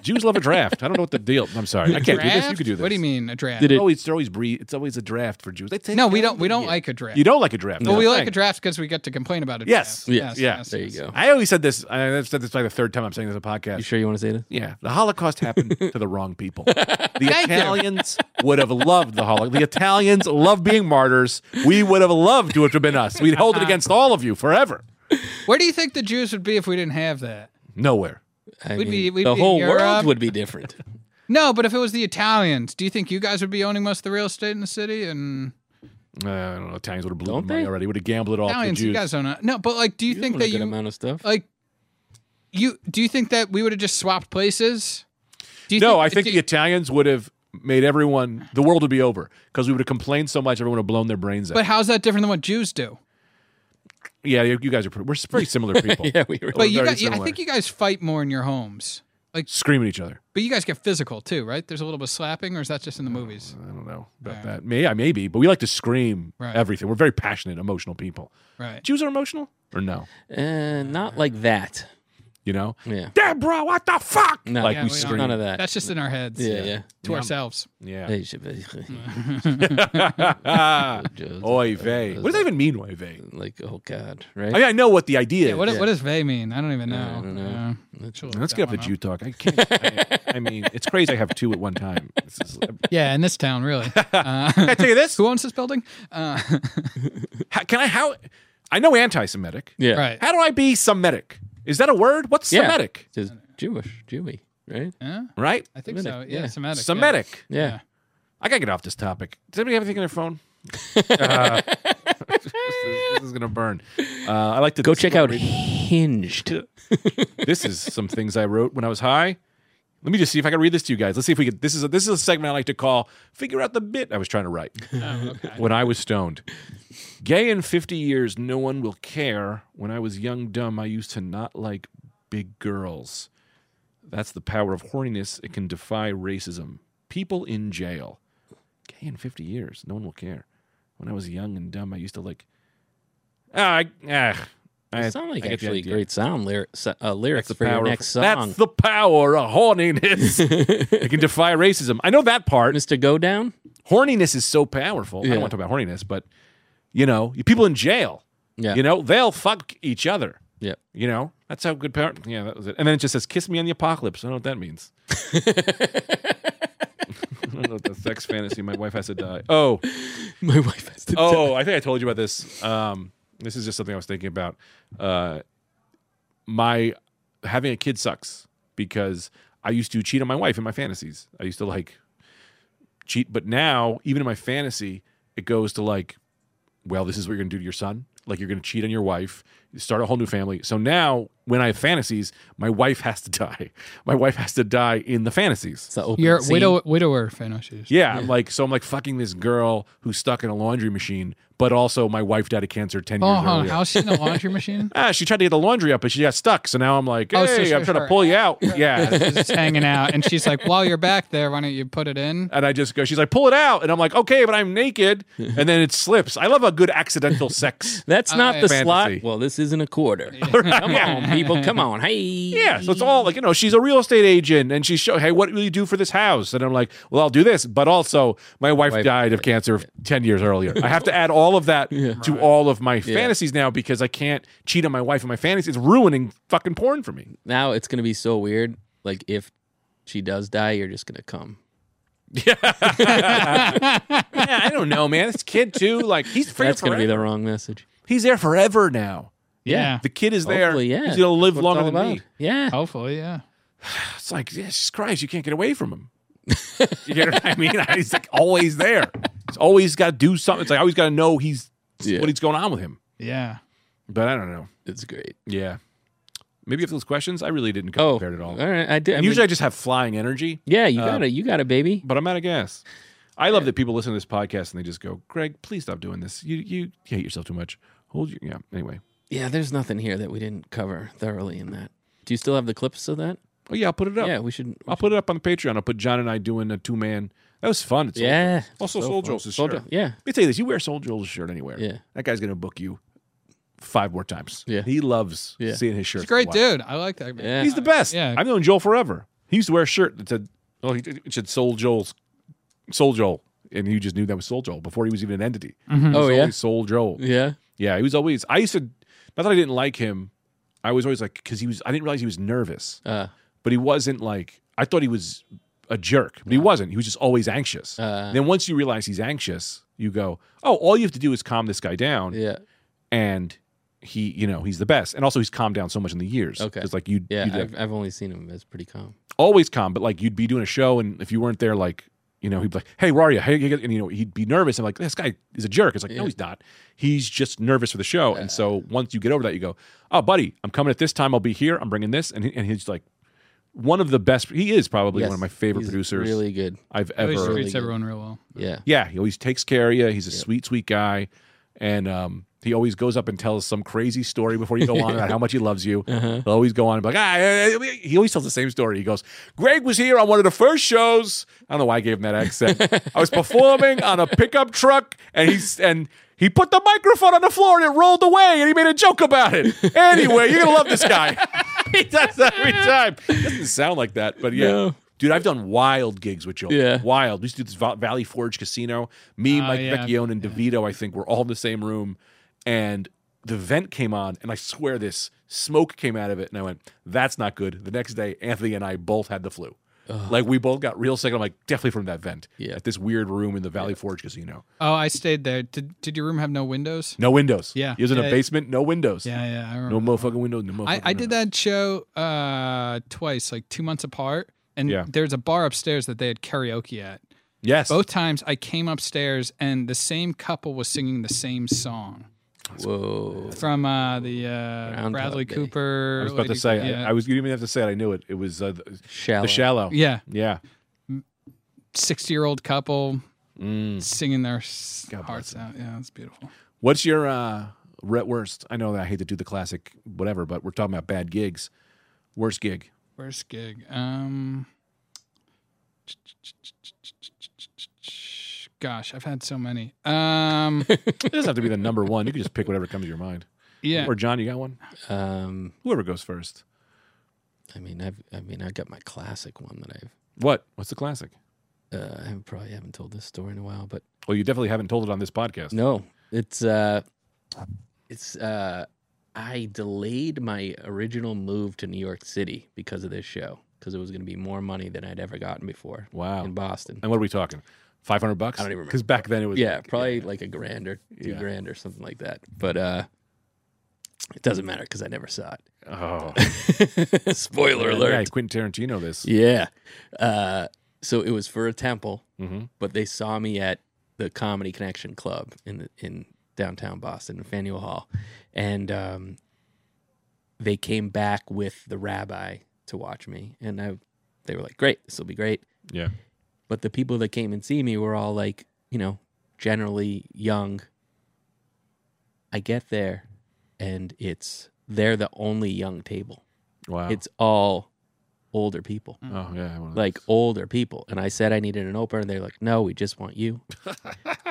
Jews love a draft. I don't know what the deal. I'm sorry, I can't do this. You could do this. What do you mean a draft? Did it- Always, they're always bre- It's always a draft for Jews. They take no, we care don't. of We it. don't like a draft. You don't like a draft. But we That's like the a draft because we get to complain about it. Yes. Yes. Yeah. Yes. There you yes. go. thing. I always said this. I I've said this like the third time I'm saying this on the podcast. You sure you want to say this? Yeah, the Holocaust happened to the wrong people. The Italians would have loved the Holocaust. The Italians love being martyrs. We would have loved to have been us. We'd hold it against all of you forever. Where do you think the Jews would be if we didn't have that? Nowhere. I We'd mean, be- we'd the be in whole Europe. world would be different. No, but if it was the Italians, do you think you guys would be owning most of the real estate in the city? And Uh, I don't know. Italians would have blew Don't the money they? already. Would have gambled it all to the Italians, you Jews. guys own it. No, but like, do you, Doing think that a good you amount of stuff. like you do you think that we would have just swapped places? Do you no, I think do the Italians would have made everyone. The world would be over because we would have complained so much. Everyone would have blown their brains out. but how's that different than what Jews do? yeah, you you guys are. Pretty, we're pretty similar people. yeah, we were. We're But you very guys, I similar. think you guys fight more in your homes. Like- scream at each other. But you guys get physical too, right? There's a little bit of slapping, or is that just in the movies? I don't know about Right. that. May- Yeah, maybe, but we like to scream Right. everything. We're very passionate, emotional people. Right. Jews are emotional or no? Uh, not like that. You know, Yeah. Deborah, what the fuck? No. like Yeah, we, we don't. scream. None of that. That's just in our heads. yeah, yeah. To ourselves. Yeah. Ah, Hey, should be- Joe's- Oy vey. What does that even mean, oy vey? Like, oh God, right? I mean, I know what the idea Yeah, is. what, what does "vey" mean? I don't even know. I don't know. Yeah. That's- Sure, Let's that get up to one Jew talk. I can't. I, I mean, it's crazy. I have two at one time. This is- Yeah, in this town, really. I Uh, tell you this. who owns this building? Uh, How- Can I? How? I know anti-Semitic. yeah. right. How do I be Semitic? Is that a word? What's Yeah. Semitic? It's just Jewish, Jewy, right? Yeah, Right? I think so. Semitic, Yeah, yeah. Semitic. yeah. Semitic. Yeah. I gotta get off this topic. Does anybody have anything on their phone? Uh, this is gonna burn. Uh, I like to Go check out Hinged. This is some things I wrote when I was high. Let me just see if I can read this to you guys. Let's see if we could. This is a, this is a segment I like to call "Figure Out the Bit" I was trying to write Oh, okay. when I was stoned. Gay in fifty years, no one will care. When I was young, dumb, I used to not like big girls. That's the power of horniness. It can defy racism. People in jail. Gay in 50 years. No one will care. When I was young and dumb, I used to like. Ah, I, ah, I, It sound like I get the actually idea. great sound lyric, so- uh, That's lyrics the for your power. next of, song. that's the power of horniness. it can defy racism. I know that part. Mr. Go Down? Horniness is so powerful. I Yeah. don't want to talk about horniness, but you know, people in jail. Yeah. You know, they'll fuck each other. Yeah. You know, that's how good parent. Yeah, that was it. And then it just says, "Kiss me on the apocalypse." I don't know what that means. I don't know what the sex fantasy. My wife has to die. Oh, My wife has to tell- oh! I think I told you about this. Um, this is just something I was thinking about. Uh, my having a kid sucks because I used to cheat on my wife in my fantasies. I used to like cheat, but now even in my fantasy, it goes to like well, this is what you're going to do to your son. Like you're going to cheat on your wife, start a whole new family. So now, when I have fantasies, my wife has to die. My wife has to die in the fantasies. It's the opening You're scene. widow, widower, Fanoshes. Yeah, I'm like so I'm like fucking this girl who's stuck in a laundry machine, but also my wife died of cancer ten Oh, years hold on. earlier. How's she in the laundry machine? ah, she tried to get the laundry up, but she got stuck. So now I'm like, hey, Oh, so I'm she's trying to her- pull you out. Yeah. She's hanging out, and she's like, "While you're back there, why don't you put it in?" And I just go, she's like, pull it out. And I'm like, okay, but I'm naked. And then it slips. I love a good accidental sex. That's not the Fantasy. slot. Well, this isn't a quarter. Come on, people. Come on. Hey. Yeah, so it's all like you know, she's a real estate agent, and she's show, hey, what will you do for this house? And I'm like, well, I'll do this, but also my wife, Wife- died of cancer ten years earlier. I have to add all of that to all of my fantasies now because I can't cheat on my wife in my fantasies. It's ruining fucking porn for me. Now it's going to be so weird. Like, if she does die, you're just going to come. Yeah, I don't know, man. This kid too, like he's free That's going to forever. be the wrong message. he's there forever now. Yeah. The kid is there. Hopefully, yeah. He's gonna live That's what longer it's all than me. about. Yeah. Oh. Hopefully, yeah. It's like, Jesus Christ, you can't get away from him. you know what I mean? He's like always there. He's always got to do something. It's like I always got to know he's Yeah. what he's going on with him. Yeah. But I don't know. It's great. Yeah, maybe if those questions, I really didn't Oh, compare it at all. All right. I do. I And mean, usually, uh, I just have flying energy, yeah, you got it. You got it, baby. but I'm out of gas. I love that people listen to this podcast and they just go, "Greg, please stop doing this. You you hate yourself too much. Hold your yeah." Anyway, Yeah, there's nothing here that we didn't cover thoroughly in that. Do you still have the clips of that? oh yeah, I'll put it up. Yeah, we should. I'll put it up on the Patreon. I'll put John and I doing a two man. That was fun. It's Yeah. Also, So Soul fun. Joe's Soul shirt. Joe- Yeah. Let me tell you this: you wear Soul Joel's shirt anywhere. Yeah. that guy's gonna book you five more times. Yeah. he loves Yeah. seeing his shirt. He's a great dude. I like that. guy. Yeah. He's the best. Yeah. I've known Joel forever. He used to wear a shirt that said, "Oh, he- it said Soul Joel's Soul Joel," and you just knew that was Soul Joel before he was even an entity. It Oh, was yeah. always Soul Joel. Yeah. Yeah, he was always. I used to. Not that I didn't like him. I was always like because he was. I didn't realize he was nervous, Uh, but he wasn't like. I thought he was a jerk, but he wasn't. He was just always anxious. uh, then once you realize he's anxious, you go, "Oh, all you have to do is calm this guy down." yeah. and he, you know, he's the best. And also, he's calmed down so much in the years. Okay. it's like you'd, Yeah. you'd, like, I've, I've only seen him as pretty calm. always calm, but like you'd be doing a show, and if you weren't there, like you know, he'd be like, "Hey, where are you?" Hey, you-" and you know, he'd be nervous. I'm like, "This guy is a jerk." It's like, no, Yeah. he's not. He's just nervous for the show. and so once you get over that, you go, "Oh, buddy, I'm coming at this time. I'll be here. I'm bringing this." And he, and he's like, one of the best. He is probably Yes. one of my favorite He's producers Really good. I've He ever. always Really treats good. everyone real well. Yeah. Yeah, he always takes care of you. He's a sweet, sweet guy, and um, He always goes up and tells some crazy story before you go on about how much he loves you. He'll always go on and be like, ah, eh, eh," he always tells the same story. He goes, Greg was here on one of the first shows. I don't know why I gave him that accent. I was performing on a pickup truck and he's and he put the microphone on the floor and it rolled away and he made a joke about it. Anyway, you're gonna love this guy. he does that every time. Doesn't sound like that, but yeah. No. Dude, I've done wild gigs with Joel. Yeah. Wild. We used to do this Va- Valley Forge Casino. Me, Mike Ah, yeah. Vecchione, and DeVito, I think, were all in the same room. And the vent came on, and I swear this smoke came out of it. And I went, that's not good. The next day, Anthony and I both had the flu. Like, we both got real sick. I'm like, definitely from that vent Yeah. at this weird room in the Valley Forge Casino. Oh, I stayed there. Did did your room have no windows? No windows. Yeah. He was in a Yeah. basement, no windows. Yeah, yeah. I remember. No motherfucking windows. No motherfucking I, I did that show uh, twice, like two months apart. And Yeah. there's a bar upstairs that they had karaoke at. Yes. Both times I came upstairs and the same couple was singing the same song Whoa. from uh, the uh, Bradley Day. Cooper. I was about to Lady- say, I- yeah, I, was, you didn't even have to say it. I knew it. It was uh, the, Shallow. the shallow. yeah, Yeah. 60 year old couple singing their s- God hearts out. Yeah, it's beautiful. What's your uh, re- worst? I know that I hate to do the classic whatever, but we're talking about bad gigs. Worst gig. Worst gig. Um, gosh, I've had so many. Um, It doesn't have to be the number one. You can just pick whatever comes to your mind. yeah. Or John, you got one? Um, Whoever goes first. I mean, I've, I mean, I got my classic one that I've. What? What's the classic? Uh, I haven't- probably haven't told this story in a while, but Well, you definitely haven't told it on this podcast. no, it's uh, it's uh, I delayed my original move to New York City because of this show because it was going to be more money than I'd ever gotten before. Wow. in Boston. And what are we talking? Five hundred bucks? I don't even remember. Because back then it was yeah, like- probably like a grand or two Yeah. grand or something like that. But uh, it doesn't matter because I never saw Oh, it. Spoiler yeah, alert. Quentin Tarantino. This. Yeah. Uh, so it was for a temple, Mhm. but they saw me at the Comedy Connection Club in the, in downtown Boston, in Faneuil Hall, and um, they came back with the rabbi to watch me, and I, they were like, "Great, this will be great." Yeah. but the people that came and see me were all like, you know, generally young. I get there and it's they're the only young table. Wow. It's all older people. oh yeah. one of Like those. older people. And I said I needed an opener and they're like, "No, we just want you."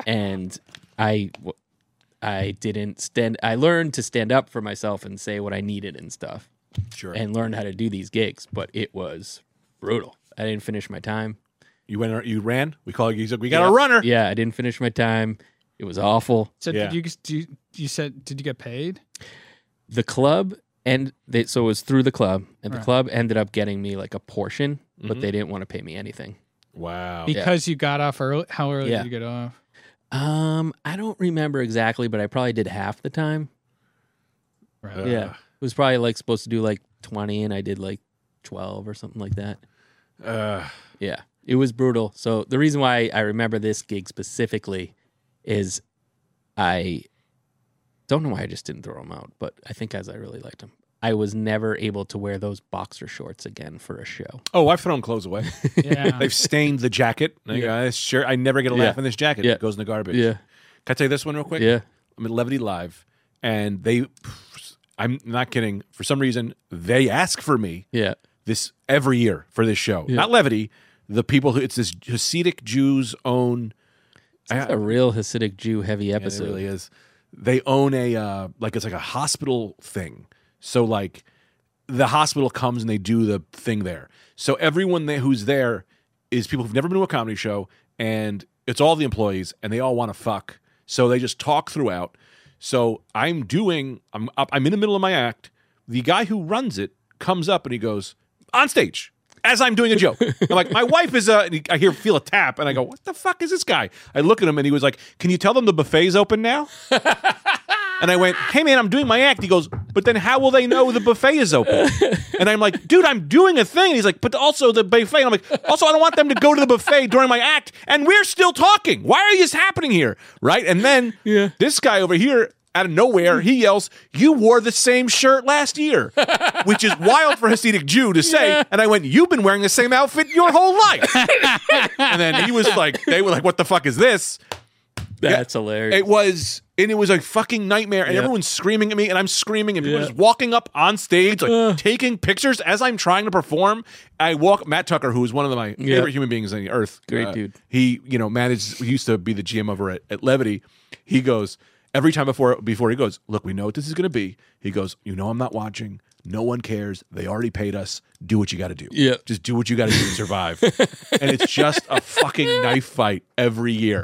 and I w- I didn't stand I learned to stand up for myself and say what I needed and stuff sure. and learn how to do these gigs, but it was brutal. I didn't finish my time. you went. You ran. We call you. he's like, We got a Yeah. runner. Yeah, I didn't finish my time. It was awful. So Yeah. did you, do you you said did you get paid? The club and they so it was through the club, and the Right. club ended up getting me like a portion, but they didn't want to pay me anything. Wow. Because you got off early. How early Yeah. did you get off? Um, I don't remember exactly, but I probably did half the time. Right. Uh, yeah, it was probably like supposed to do like twenty, and I did like twelve or something like that. Uh, Yeah, it was brutal. So the reason why I remember this gig specifically is I don't know why I just didn't throw them out, but I think as I really liked them. I was never able to wear those boxer shorts again for a show. oh, I've thrown clothes away. yeah. They've stained the jacket. I go, "Ah, sure, I never get a laugh Uh-huh. Yeah. in this jacket. Yeah. It goes in the garbage. Yeah. Can I tell you this one real quick? Yeah. I'm at Levity Live, and they, I'm not kidding. For some reason, they ask for me Yeah. this every year for this show. Not Levity, the people who it's this Hasidic Jews own. It's a real Hasidic Jew heavy episode. It really is. They own a uh, like it's like a hospital thing. So like the hospital comes and they do the thing there. So everyone there who's there is people who've never been to a comedy show, and it's all the employees, and they all want to fuck. So they just talk throughout. So I'm doing. I'm up. I'm in the middle of my act. The guy who runs it comes up and he goes on stage as I'm doing a joke. I'm like, my wife is a. and he- I hear feel a tap, and I go, what the fuck is this guy? I look at him, and he was like, can you tell them the buffet's open now? And I went, hey man, I'm doing my act. He goes, but then how will they know the buffet is open? And I'm like, dude, I'm doing a thing. And he's like, but also the buffet. And I'm like, also, I don't want them to go to the buffet during my act. And we're still talking. Why are this happening here? Right? And then this guy over here, out of nowhere, he yells, You wore the same shirt last year, which is wild for a Hasidic Jew to say. And I went, You've been wearing the same outfit your whole life. and then he was like, They were like, What the fuck is this? That's hilarious. It was, and it was a fucking nightmare, and Yeah. everyone's screaming at me, and I'm screaming, and people Yeah. Uh. just walking up on stage, like Ugh. taking pictures as I'm trying to perform. I walk Matt Tucker, who is one of my Yeah. favorite human beings on the earth. uh, Great dude. He, you know, managed he used to be the GM over at, at Levity. He goes every time before before he goes. Look, we know what this is going to be. He goes, you know, I'm not watching. No one cares. They already paid us. Do what you got to do. Yeah. Just do what you got to do to survive. and it's just a fucking knife fight every year.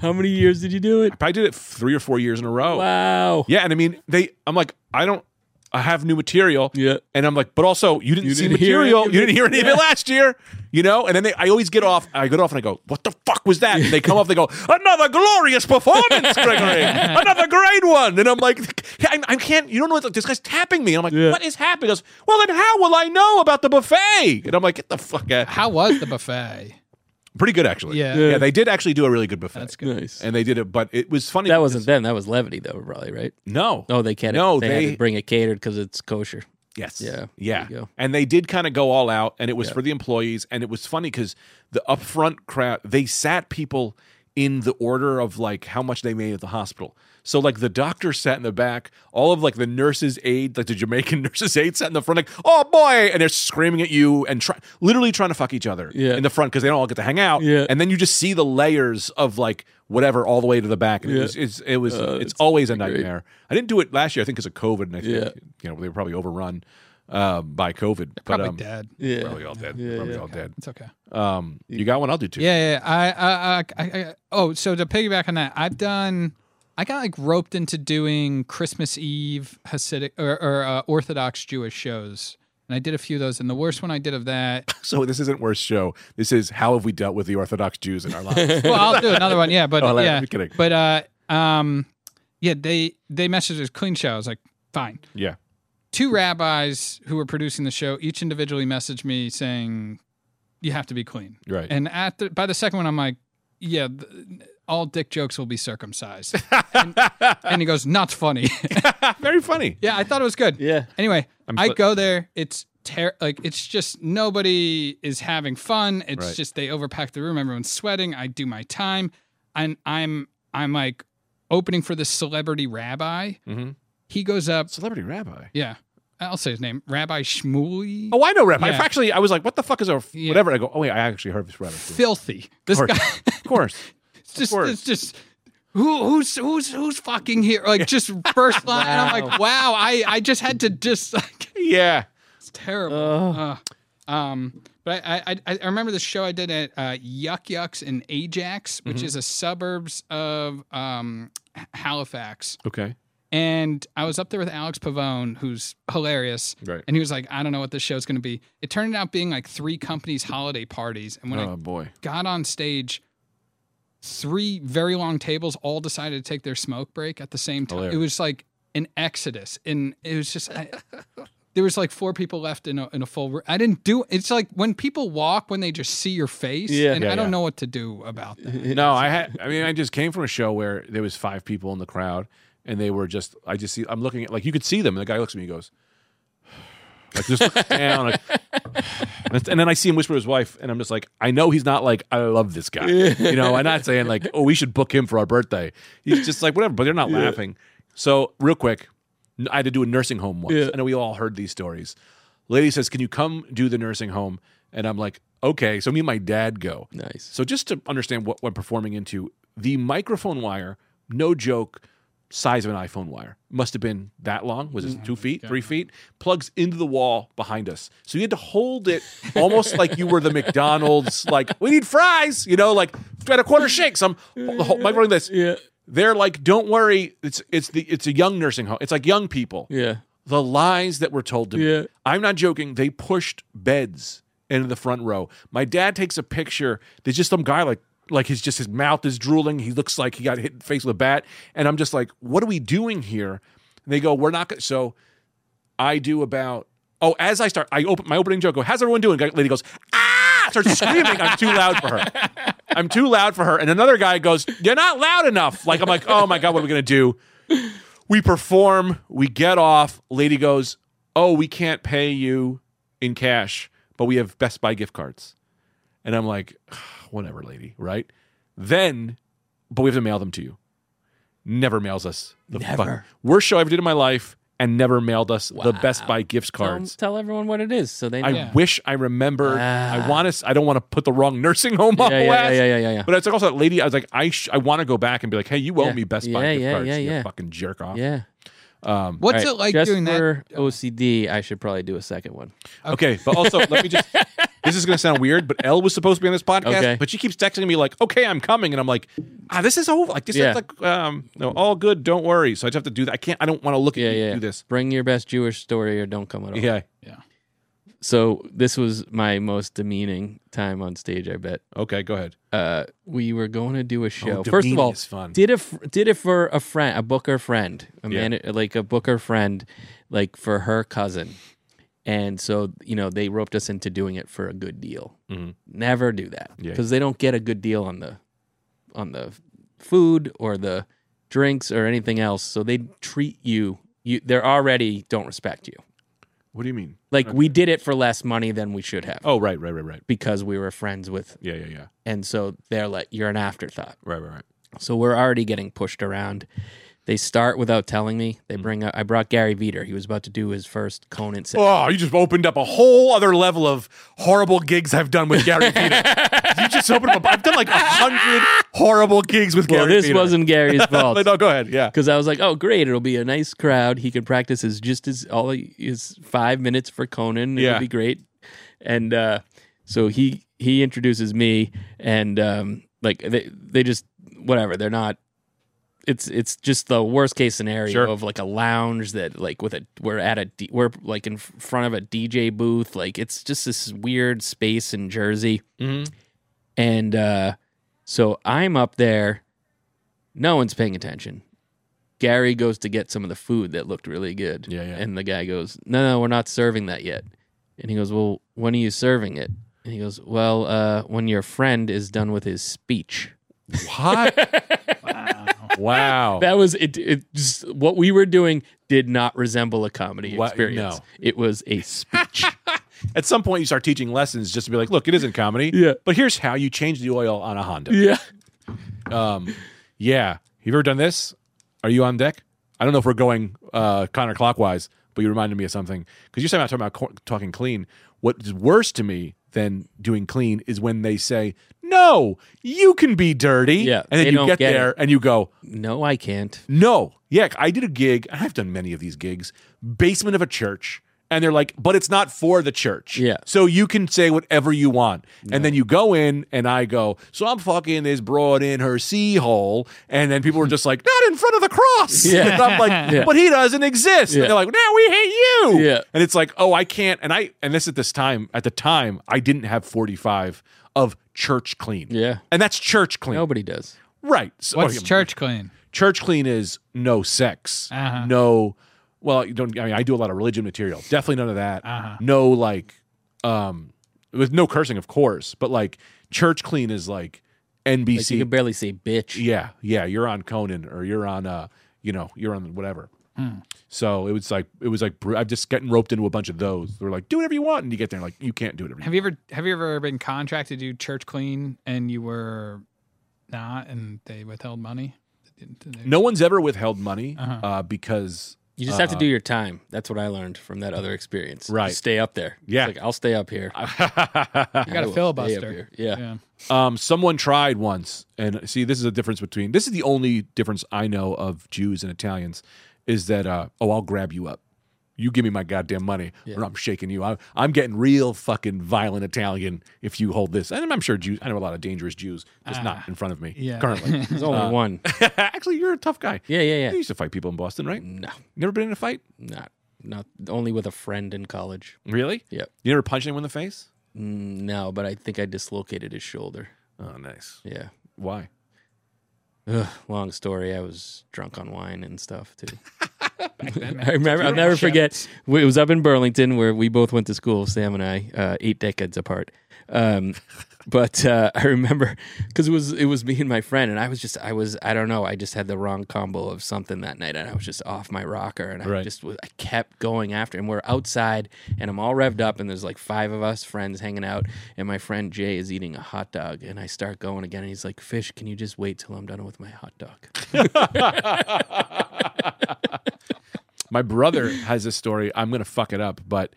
How many years did you do it? I did it three or four years in a row. Wow. Yeah, and I mean, they. I'm like, I don't. I have new material. Yeah. and I'm like, but also you didn't You see didn't hear material. any of you it. didn't hear any of it last year. You know, and then they, I always get off. I get off and I go, what the fuck was that? And they come off. They go, another glorious performance, Gregory. another great one. And I'm like, I, I can't. You don't know what the- this guy's tapping me. And I'm like, Yeah. what is happening? He goes, well, then how will I know about the buffet? And I'm like, get the fuck out. How was the buffet? Pretty good actually. Yeah. yeah. They did actually do a really good buffet. That's good. Nice. And they did it, but it was funny. That because- wasn't Oh, them. That was Levity, though, probably, right? no. No, they can't. No, they, had they- to bring it catered because it's kosher. Yes. Yeah, there Yeah. you go. And they did kind of go all out, and it was for the employees, and it was funny because the upfront crowd they sat people in the order of like how much they made at the hospital. So like the doctor sat in the back, all of like the nurses' aide, like the Jamaican nurses' aide sat in the front, like, oh boy, and they're screaming at you and try literally trying to fuck each other Yeah. in the front because they don't all get to hang out. Yeah. And then you just see the layers of like whatever all the way to the back. And it Yeah. Uh, was it's it was it's, always a nightmare. I didn't do it last year, I think because of COVID and I think Yeah. you know, they were probably overrun uh, by COVID. but Probably um, dead. Yeah. Probably all dead. Yeah, probably yeah. all dead. It's okay. Um, you got one? I'll do two. Yeah, yeah. I, I, I, I, I, oh, so to piggyback on that, I've done, I got like roped into doing Christmas Eve Hasidic or, or uh, Orthodox Jewish shows, and I did a few of those. And the worst one I did of that, So this isn't worst show. This is how have we dealt with the Orthodox Jews in our lives? well, I'll do another one. Yeah, but Oh, I'm yeah, kidding. but uh, um, yeah, they they messaged us clean show. I was like, fine. yeah. Two rabbis who were producing the show each individually messaged me saying, you have to be clean. Right. And at the, by the second one, I'm like, yeah, th- all dick jokes will be circumcised. and, and he goes, not funny. Very funny. yeah, I thought it was good. Yeah. Anyway, I'm I fl- go there. It's ter- like it's just nobody is having fun. It's Right. just they overpack the room. Everyone's sweating. I do my time, and I'm I'm like opening for this celebrity rabbi. Mhm. He goes up. Celebrity rabbi. Yeah, I'll say his name, Rabbi Shmuley. Oh, I know rabbi. Yeah. Actually, I was like, what the fuck is a Yeah. whatever? I go, oh wait, I actually heard this rabbi. Of filthy. This course. guy. of course. It's just, course. it's just who, who's who's who's fucking here? Like just first line. and I'm like, wow, I I just had to just like Yeah. it's terrible. Ugh. Uh, um, but I, I I I remember the show I did at uh, Yuck Yucks in Ajax, which Mm-hmm. is a suburbs of um H- Halifax, Okay. and I was up there with Alex Pavone, who's hilarious. Right. And he was like, I don't know what this show's going to be. It turned out being like three companies' holiday parties. And when I oh boy. got on stage, three very long tables all decided to take their smoke break at the same time. Hilarious. It was like an exodus, and it was just I, there was like four people left in a in a full room. I didn't do. It's like when people walk, when they just see your face, Yeah. and Yeah, I yeah. don't know what to do about that. No, I had. I mean, I just came from a show where there was five people in the crowd, and they were just. I just see. I'm looking at like you could see them, and the guy looks at me, and goes, like just looks down, like, and then I see him whisper to his wife, and I'm just like, I know he's not like I love this guy, you know. I'm not saying like, oh, we should book him for our birthday. He's just like whatever, but they're not laughing. So real quick, n- I had to do a nursing home once. Yeah. I know we all heard these stories. Lady says, "Can you come do the nursing home?" And I'm like, "Okay." So me and my dad go. Nice. So just to understand what I'm performing into, the microphone wire, no joke, size of an iPhone wire. Must have been that long. Was it two feet, three feet? Plugs into the wall behind us. So you had to hold it almost like you were the McDonald's, like, we need fries, you know, like at a quarter shake. So I'm ho- microphoning this. Yeah. They're like, don't worry, it's it's the it's a young nursing home. It's like young people Yeah. the lies that were told to me. Yeah. I'm not joking. They pushed beds into the front row. My dad takes a picture. There's just some guy like like his just his mouth is drooling. He looks like he got hit in the face with a bat. And I'm just like, what are we doing here? And they go, we're not gonna so I do about oh, as I start, I open my opening joke. Go, how's everyone doing? Guy- Lady goes, ah, starts screaming. I'm too loud for her. I'm too loud for her. And another guy goes, you're not loud enough. Like I'm like, oh my god, what are we gonna do? We perform, we get off. Lady goes, oh, we can't pay you in cash, but we have Best Buy gift cards. And I'm like, whatever, lady, right? Then but we have to mail them to you. Never mails us the fuck- Never. worst show I ever did in my life, and never mailed us the Best Wow. Buy gift Tell, cards. tell everyone what it is so they know. I Yeah. wish I remembered. I Ah. want to. I don't want to put the wrong nursing home yeah, on yeah, yeah, blast. yeah, yeah, yeah, yeah. But it's like also that lady. I was like, I sh- I want to go back and be like, hey, you owe Yeah. me Best Buy Yeah, gift yeah, cards. yeah, you yeah. fucking jerk off. yeah. Um, What's All it like right, just doing that? for OCD, I should probably do a second one. okay, but also let me just. This is gonna sound weird, but Elle was supposed to be on this podcast, Okay. but she keeps texting me like, "Okay, I'm coming," and I'm like, "Ah, this is over. Like this Yeah. is like, um, no, all good. Don't worry." So I just have to do that. I can't. I don't want to look at Yeah, you yeah. do this. Bring your best Jewish story or don't come at all. Yeah. So this was my most demeaning time on stage. I bet. Okay. Go ahead. Uh, we were going to do a show. Oh, First of demeaning all, is fun. did it f- did it for a friend, a booker friend, a Yeah. man like a booker friend, like for her cousin. And so you know they roped us into doing it for a good deal. Mhm. Never do that Yeah. because they don't get a good deal on the on the food or the drinks or anything else. So they treat you. You they're already don't respect you. What do you mean? Like we did it for less money than we should have Oh, right, right, right, right. because we were friends with, Yeah, yeah, yeah. and so they're like you're an afterthought. Right, right, right. So we're already getting pushed around. They start without telling me. They bring up, I brought Gary Veter. He was about to do his first Conan set. Oh, you just opened up a whole other level of horrible gigs I've done with Gary Peter. You just opened up. I've done like a hundred horrible gigs with well, Gary. this Peter. wasn't Gary's fault. no, go ahead. Yeah. Because I was like, oh, great. It'll be a nice crowd. He can practice his just his, all his five minutes for Conan. Yeah. It'll be great. And uh, so he, he introduces me and um, like they, they just, whatever, they're not. It's it's just the worst case scenario Sure. of like a lounge that like with a we're at a D, we're like in f- front of a DJ booth like it's just this weird space in Jersey and uh, so I'm up there. No one's paying attention. Gary goes to get some of the food that looked really good. Yeah, yeah. And the guy goes, No, no, we're not serving that yet. And he goes, Well, when are you serving it? And he goes, Well, uh, when your friend is done with his speech. What? wow. That was it, it just, what we were doing did not resemble a comedy Wha- experience. no. It was a speech. At some point, you start teaching lessons just to be like, look, it isn't comedy. Yeah. But here's how you change the oil on a Honda. yeah. Um, yeah. You've ever done this? Are you on deck? I don't know if we're going uh, counterclockwise, but you reminded me of something because you're talking about, talking about co- talking clean. What's worse to me than doing clean is when they say, "No, you can be dirty," Yeah, and they then you don't get, get there and you go, No, I can't. "No, yeah, I did a gig. I've done many of these gigs. Basement of a church." And they're like, but it's not for the church. Yeah. So you can say whatever you want. And then you go in, and I go, so I'm fucking this broad in her sea hole. And then people are just like, not in front of the cross. Yeah. And I'm like, Yeah. but he doesn't exist. Yeah. And they're like, now we hate you. Yeah. And it's like, oh, I can't. And I, and this at this time, at the time, I didn't have 45 of church clean. Yeah. And that's church clean. Nobody does. Right. So, What's oh, yeah, church clean? church clean is no sex, Uh-huh. no. Well, you don't. I mean, I do a lot of religion material. Definitely none of that. Uh-huh. No, like, um, with no cursing, of course. But like, church clean is like Like, NBC. you can barely say bitch. yeah, yeah. You're on Conan, or you're on, uh, you know, you're on whatever. Hmm. So it was like it was like br- I've just gotten roped into a bunch of those. They're like, do whatever you want, and you get there, like you can't do whatever. You Have you ever have you ever been contracted to do church clean and you were not and they withheld money? Did- did they- No one's ever withheld money Uh-huh. uh because You just have to do your time. That's what I learned from that other experience. Right. Just stay up there. It's Yeah. like, I'll stay up here. I You got will a stay up filibuster. here. Yeah. Yeah. Um, someone tried once, and see, this is a difference between this is the only difference I know of Jews and Italians is that uh, oh, I'll grab you up, you give me my goddamn money, or I'm shaking you. I, I'm getting real fucking violent Italian if you hold this. And I'm sure Jews. I know a lot of dangerous Jews, just not in front of me yeah. currently. There's only one. Actually, you're a tough guy. Uh, Yeah, yeah, You yeah. used to fight people in Boston, right? No, Never been in a fight, not, not only with a friend in college. really? Yep. You never punched anyone in the face? Mm, No, but I think I dislocated his shoulder. Oh, nice. Yeah. Why? Ugh, long story. I was drunk on wine and stuff too. I remember. I'll never forget. we- It was up in Burlington where we both went to school, Sam and I, uh, eight decades apart. Um, but uh, I remember because it was it was me and my friend, and I was just I was I don't know I just had the wrong combo of something that night, and I was just off my rocker, and I Right. just was I kept going after, and we're outside, and I'm all revved up, and there's like five of us friends hanging out, and my friend Jay is eating a hot dog, and I start going again, and he's like, "Fish, can you just wait till I'm done with my hot dog?" My brother has this story. I'm gonna fuck it up, but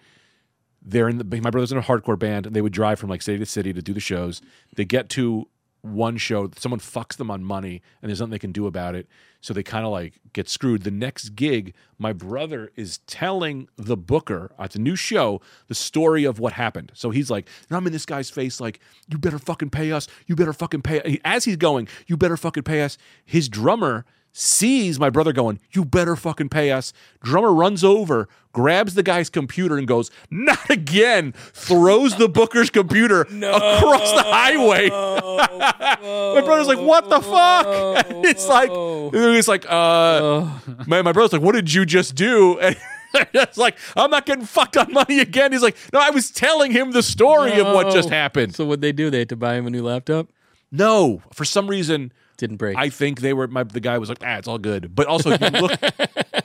they're in the. My brother's in a hardcore band, and they would drive from like city to city to do the shows. They get to one show, someone fucks them on money, and there's nothing they can do about it. So they kind of like get screwed. The next gig, my brother is telling the booker at the new show the story of what happened. So he's like, and I'm in this guy's face, like, you better fucking pay us. You better fucking pay. As he's going, you better fucking pay us. His drummer sees my brother going, You better fucking pay us. Drummer runs over, grabs the guy's computer and goes, Not again. Throws the booker's computer across the highway. my brother's like, What the fuck? And it's like, it's like, uh, my, my brother's like, What did you just do? And it's like, I'm not getting fucked on money again. He's like, No, I was telling him the story of what just No. happened. Oh, So what they do? They had to buy him a new laptop. No, for some reason, Didn't break. I think they were my the guy was like, ah, it's all good. But also you look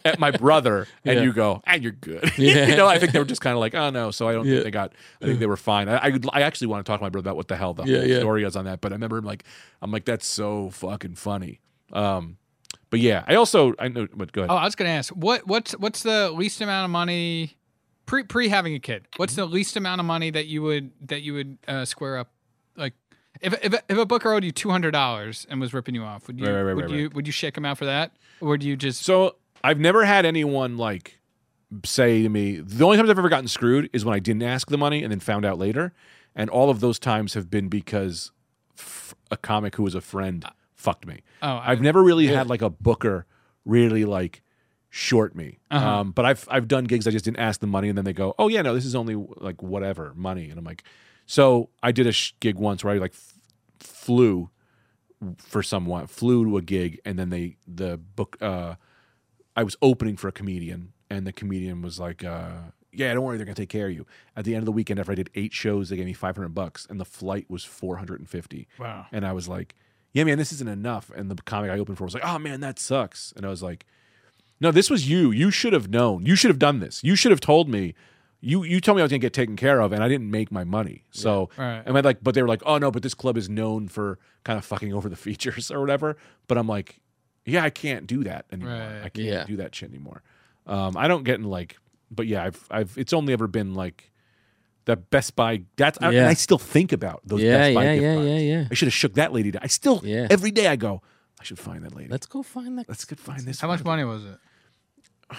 at my brother and Yeah. you go, ah, you're good. you Yeah. know, I think they were just kind of like, oh no. So I don't Yeah. think they got I think they were fine. I I, would- I actually want to talk to my brother about what the hell the Yeah, whole yeah. story is on that. But I remember him like I'm like, that's so fucking funny. Um but yeah, I also I know but go ahead. Oh, I was gonna ask what what's what's the least amount of money pre pre having a kid? What's the least amount of money that you would that you would uh, square up? Like if if if a booker owed you two hundred dollars and was ripping you off, would you Right, right, right, would right, you would you shake him out for that, or do you just So I've never had anyone like say to me, the only times I've ever gotten screwed is when I didn't ask the money and then found out later. And all of those times have been because f- a comic who was a friend fucked me. oh I, I've never really had like a booker really like short me. Um, but I've I've done gigs I just didn't ask the money and then they go, "Oh yeah, no, this is only like whatever money." And I'm like, so I did a sh- gig once where I like f- flew for someone, flew to a gig and then they the book uh I was opening for a comedian, and the comedian was like, uh, "Yeah, don't worry, they're gonna take care of you." At the end of the weekend, after I did eight shows, they gave me five hundred bucks, and the flight was four hundred and fifty. Wow. And I was like, "Yeah, man, this isn't enough." And the comic I opened for was like, "Oh man, that sucks." And I was like, "No, this was you. You should have known. You should have done this. You should have told me." You, you told me I was gonna get taken care of, and I didn't make my money. So, Right. and I like, but they were like, oh no, but this club is known for kind of fucking over the features or whatever. But I'm like, yeah, I can't do that anymore. Right. I can't Yeah. do that shit anymore. Um, I don't get in like, but yeah, I've, I've, it's only ever been like that Best Buy. That's, I, and Yeah. I still think about those Yeah, Best Buy yeah, gift yeah, cards. yeah, yeah. I should have shook that lady down. I still, Yeah. every day I go, I should find that lady. Let's go find that. Let's, go find this. how much one. money was it?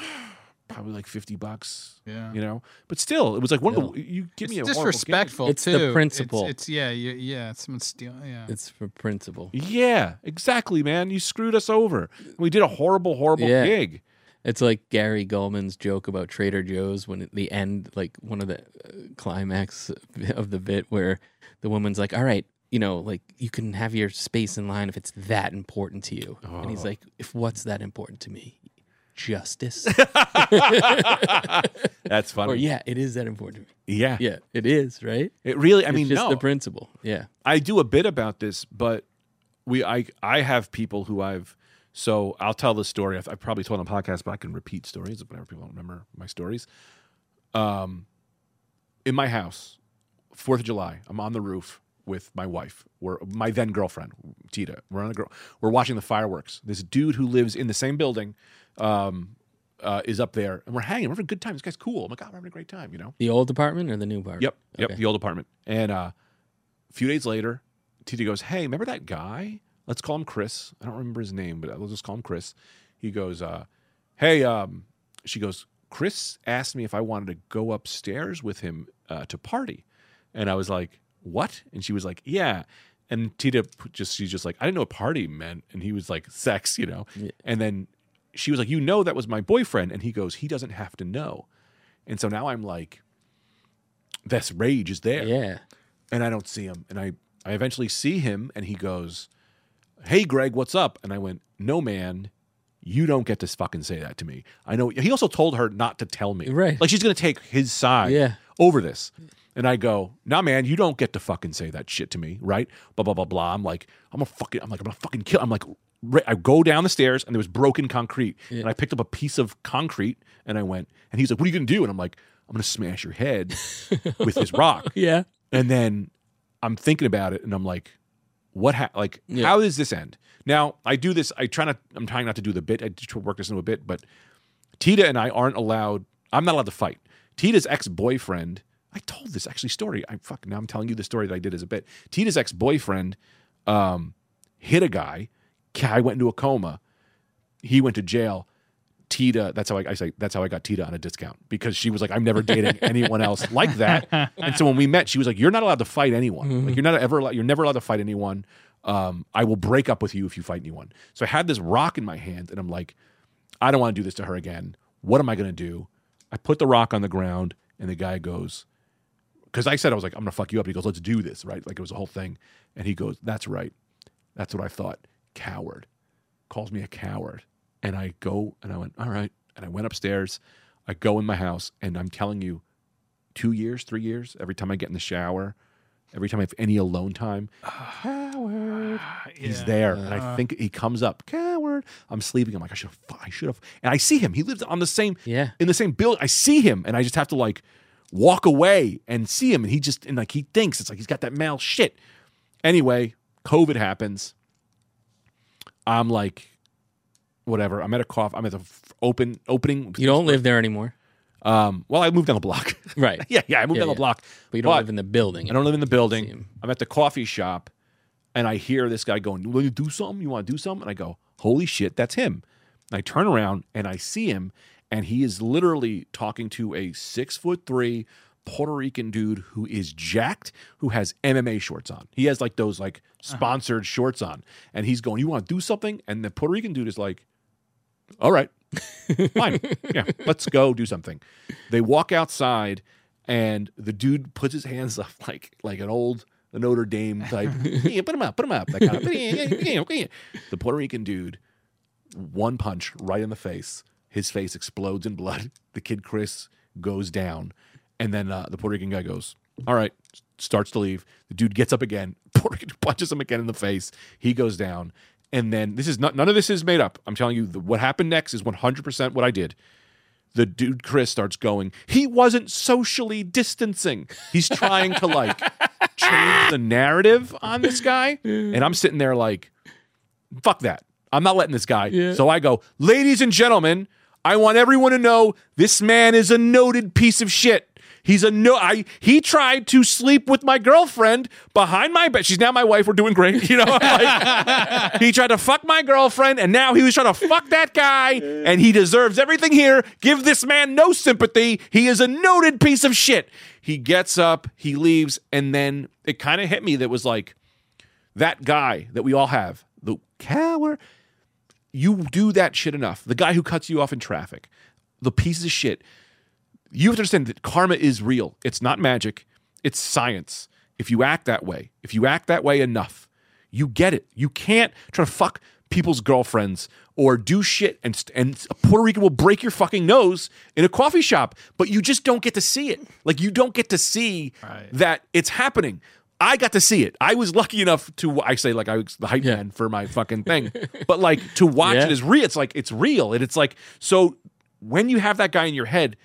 Probably like 50 bucks, Yeah. you know? But still, it was like one of the, you give me a It's horrible gift. disrespectful. It's the too. principle. It's, it's yeah, you, yeah. Someone stealing. Yeah. It's for principle. Yeah, exactly, man. You screwed us over. We did a horrible, horrible Yeah. gig. It's like Gary Goldman's joke about Trader Joe's when at the end, like one of the uh, climax of the bit where the woman's like, "All right, you know, like you can have your space in line if it's that important to you," and Oh. he's like, "If what's that important to me?" Justice, That's funny. or yeah, it is that important to me. yeah. Yeah, it is, right? It really, I mean, it's just no. the principle. Yeah, I do a bit about this, but we I I have people who I've so I'll tell the story. I've, I've probably told on podcast, but I can repeat stories whenever people don't remember my stories. Um, in my house, Fourth of July, I'm on the roof with my wife, we're, my then girlfriend Tita. We're on the girl. We're watching the fireworks. This dude who lives in the same building. Um, uh, is up there and we're hanging. We're having a good time. This guy's cool. I'm like, God, we're having a great time, you know? the old apartment or the new apartment? Yep. Yep. Okay. The old apartment. And uh, a few days later, TT goes, Hey, remember that guy? Let's call him Chris. I don't remember his name, but we'll just call him Chris. He goes, uh, Hey, um, she goes, Chris asked me if I wanted to go upstairs with him uh, to party. And I was like, What? And she was like, Yeah. And Tita p- just, she's just like, I didn't know what party meant. And he was like, Sex, you know? And then she was like, You know, that was my boyfriend. And he goes, He doesn't have to know. And so now I'm like, this rage is there. Yeah. And I don't see him. And I, I eventually see him and he goes, Hey, Greg, what's up? And I went, No, man, you don't get to fucking say that to me. I know. He also told her not to tell me. Right. Like she's going to take his side Yeah. over this. And I go, nah, man, you don't get to fucking say that shit to me, right? Blah blah blah blah. I'm like, I'm a fucking, I'm like, I'm gonna fucking kill. I'm like, re- I go down the stairs and there was broken concrete, and I picked up a piece of concrete and I went, and he's like, what are you gonna do? And I'm like, I'm gonna smash your head with this rock. Yeah. And then I'm thinking about it, and I'm like, what? Ha- like, how does this end? Now I do this. I try not. I'm trying not to do the bit. I try to work this into a bit, but Tita and I aren't allowed. I'm not allowed to fight. Tita's ex boyfriend. I told this actually story. I fuck. Now I'm telling you the story that I did as a bit. Tita's ex boyfriend um, hit a guy. Guy went into a coma. He went to jail. Tita, that's how I, I say that's how I got Tita on a discount because she was like, I'm never dating anyone else like that. And so when we met, she was like, You're not allowed to fight anyone. Like you're not ever allowed, you're never allowed to fight anyone. Um, I will break up with you if you fight anyone. So I had this rock in my hand and I'm like, I don't want to do this to her again. What am I gonna do? I put the rock on the ground and the guy goes, because I said I was like, I'm gonna fuck you up. He goes, Let's do this, right? Like it was a whole thing. And he goes, That's right. That's what I thought. Coward. Calls me a coward. And I go and I went, all right. And I went upstairs. I go in my house and I'm telling you, two years, three years, every time I get in the shower, every time I have any alone time, coward. He's there. And I think he comes up, coward. I'm sleeping. I'm like, I should have, I should have. And I see him. He lives on the same, Yeah. in the same building. I see him and I just have to like walk away and see him. And he just, and like, he thinks it's like he's got that male shit. Anyway, COVID happens. I'm like, whatever. I'm at a cough. I'm at the f- open opening. You don't live there anymore. Um, well, I moved down the block. Right. yeah, yeah. I moved Yeah, down yeah. the block. But you don't live in the building. I don't live in the building. Same. I'm at the coffee shop, and I hear this guy going, "Will you do something? You want to do something?" And I go, "Holy shit, that's him!" And I turn around and I see him, and he is literally talking to a six foot three Puerto Rican dude who is jacked, who has MMA shorts on. He has like those like sponsored shorts on, and he's going, "You want to do something?" And the Puerto Rican dude is like, "All right." fine. Yeah, let's go do something. They walk outside, and the dude puts his hands up like like an old Notre Dame type. yeah, put him up, put him up. That kind of, the Puerto Rican dude, one punch right in the face. His face explodes in blood. The kid Chris goes down, and then uh, the Puerto Rican guy goes, "All right," starts to leave. The dude gets up again. Puerto Rican punches him again in the face. He goes down. And then this is not, none of this is made up. I'm telling you, the, what happened next is 100% what I did the dude Chris starts going, he wasn't socially distancing. He's trying to like change the narrative on this guy. And I'm sitting there like, fuck that. I'm not letting this guy. So I go, ladies and gentlemen, I want everyone to know this man is a noted piece of shit. He's a no. I he tried to sleep with my girlfriend behind my bed. She's now my wife. We're doing great. You know, I'm like, he tried to fuck my girlfriend, and now he was trying to fuck that guy, and he deserves everything here. Give this man no sympathy. He is a noted piece of shit. He gets up, he leaves, and then it kind of hit me that was like, that guy that we all have, the coward, you do that shit enough. The guy who cuts you off in traffic, the piece of shit. You have to understand that karma is real. It's not magic, it's science. If you act that way, if you act that way enough, you get it. You can't try to fuck people's girlfriends or do shit and st- and a Puerto Rican will break your fucking nose in a coffee shop, but you just don't get to see it. Like you don't get to see that it's happening. I got to see it. I was lucky enough to I say like I was the hype man for my fucking thing. but like to watch Yeah. it is real. It's like it's real. And it's like so when you have that guy in your head,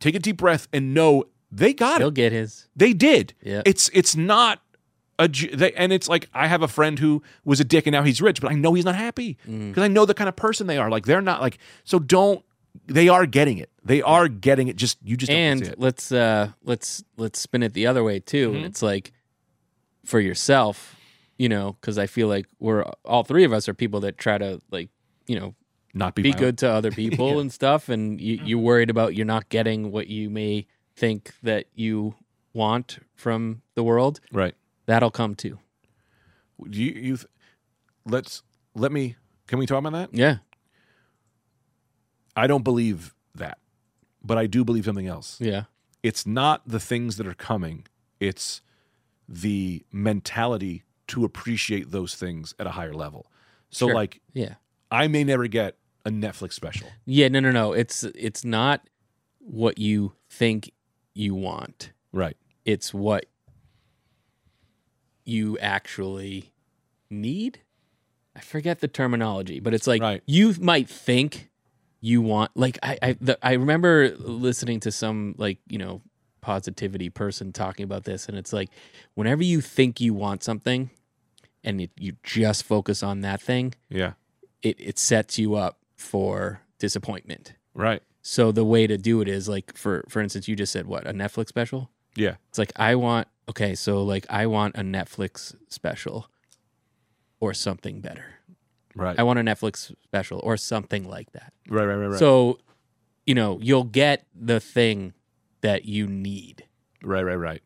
take a deep breath and know they got He'll it. get his. They did. Yeah. It's it's not a ju- they, and it's like I have a friend who was a dick and now he's rich, but I know he's not happy Mm. because I know the kind of person they are. Like they're not like so. Don't they are getting it? They are getting it. Just you just don't and see it. Mm-hmm. let's uh let's let's spin it the other way too and it's like for yourself you know because i feel like we're all three of us are people that try to like you know not be, Mm-hmm. be violent. good to other people and stuff and you, you're worried about you're not getting what you may think that you want from the world right? that'll come too Do you you th- let's let me can we talk about that? yeah I don't believe that, but I do believe something else. yeah it's not the things that are coming it's the mentality to appreciate those things at a higher level so Sure. like yeah i may never get a netflix special yeah no no no it's it's not what you think you want right It's what you actually need. I forget the terminology, but it's like Right. you might think you want like I I, the, I remember listening to some like you know positivity person talking about this, and it's like whenever you think you want something, and it, you just focus on that thing, Yeah. it, it sets you up for disappointment. Right. So the way to do it is like for for instance, you just said what a Netflix special. Yeah. It's like I want okay, so like I want a Netflix special or something better. Right. I want a Netflix special or something like that. right. Right. Right. Right. So you know you'll get the thing that you need. right. Right. Right.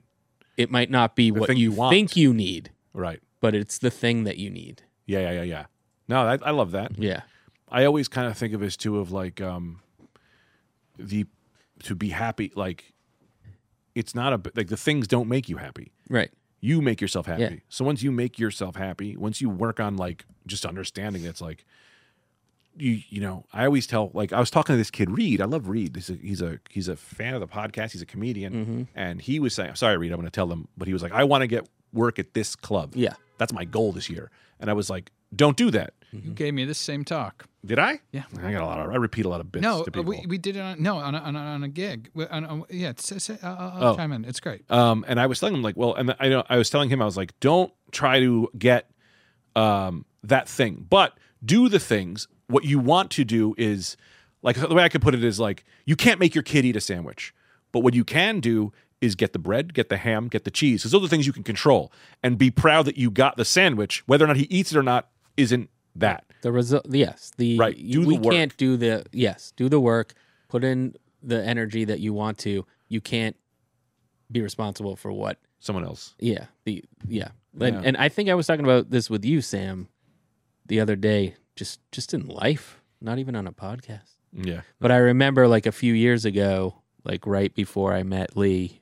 It might not be what thing you you want. think you need, Right. but it's the thing that you need. Yeah. Yeah. Yeah. Yeah. No, I, I love that. Yeah. I always kind of think of it as too of like um the to be happy like it's not a like the things don't make you happy. Right. You make yourself happy. Yeah. So once you make yourself happy, once you work on like just understanding that's like you you know, I always tell like I was talking to this kid Reed. I love Reed. He's a he's a he's a fan of the podcast. He's a comedian, Mm-hmm. and he was saying, "Sorry, Reed, I'm going to tell them," but he was like, "I want to get work at this club. Yeah. that's my goal this year." And I was like, "Don't do that." Mm. You gave me this same talk. Did I? Yeah. I got a lot of. I repeat a lot of bits. to No, uh, people. we, we did it on no on a, on a, on a gig. We- On, on, yeah, it's, it's, uh, I'll Oh. chime in. It's great. um, and I was telling him like, well, and I know I was telling him I was like, don't try to get um that thing, but do the things. What you want to do is like the way I could put it is like you can't make your kid eat a sandwich, but what you can do is get the bread, get the ham, get the cheese. Because those are the things you can control, and be proud that you got the sandwich. Whether or not he eats it or not isn't that. The result, yes. The Right, you- do the we work. can't do the yes. Do the work. Put in the energy that you want to. You can't be responsible for what. Someone else. Yeah. The yeah. And, and I think I was talking about this with you, Sam, the other day. Just just in life, not even on a podcast. Yeah. But I remember like a few years ago, like right before I met Lee,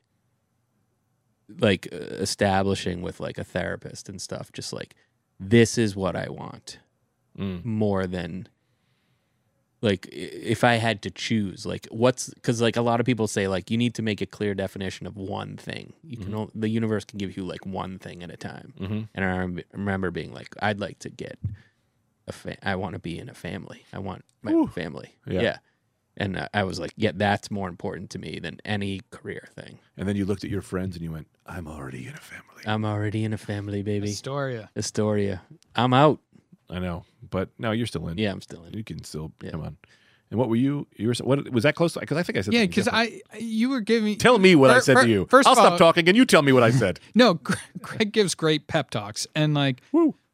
like uh, establishing with like a therapist and stuff, just like this is what I want Mm. more than like i- if I had to choose, like what's because like a lot of people say like you need to make a clear definition of one thing. You can o- the universe can give you like one thing at a time. Mhm. And I rem- remember being like, I'd like to get a fa- I want to be in a family. I want my family. Yeah. Yeah. And uh, I- I was like, yeah, that's more important to me than any career thing. And then you looked at your friends and you went, "I'm already in a family." I'm already in a family, baby. Astoria. Astoria. I'm out. I know, but no, you're still in. Yeah, I'm still in. You can still come on. And what were you? You were what was that close? Because I think I said Yeah, something because different. I you were giving tell me what I Fir- said fir- to you. First I'll of all, stop talking and you tell me what I said. No, Gre- Greg gives great pep talks, and like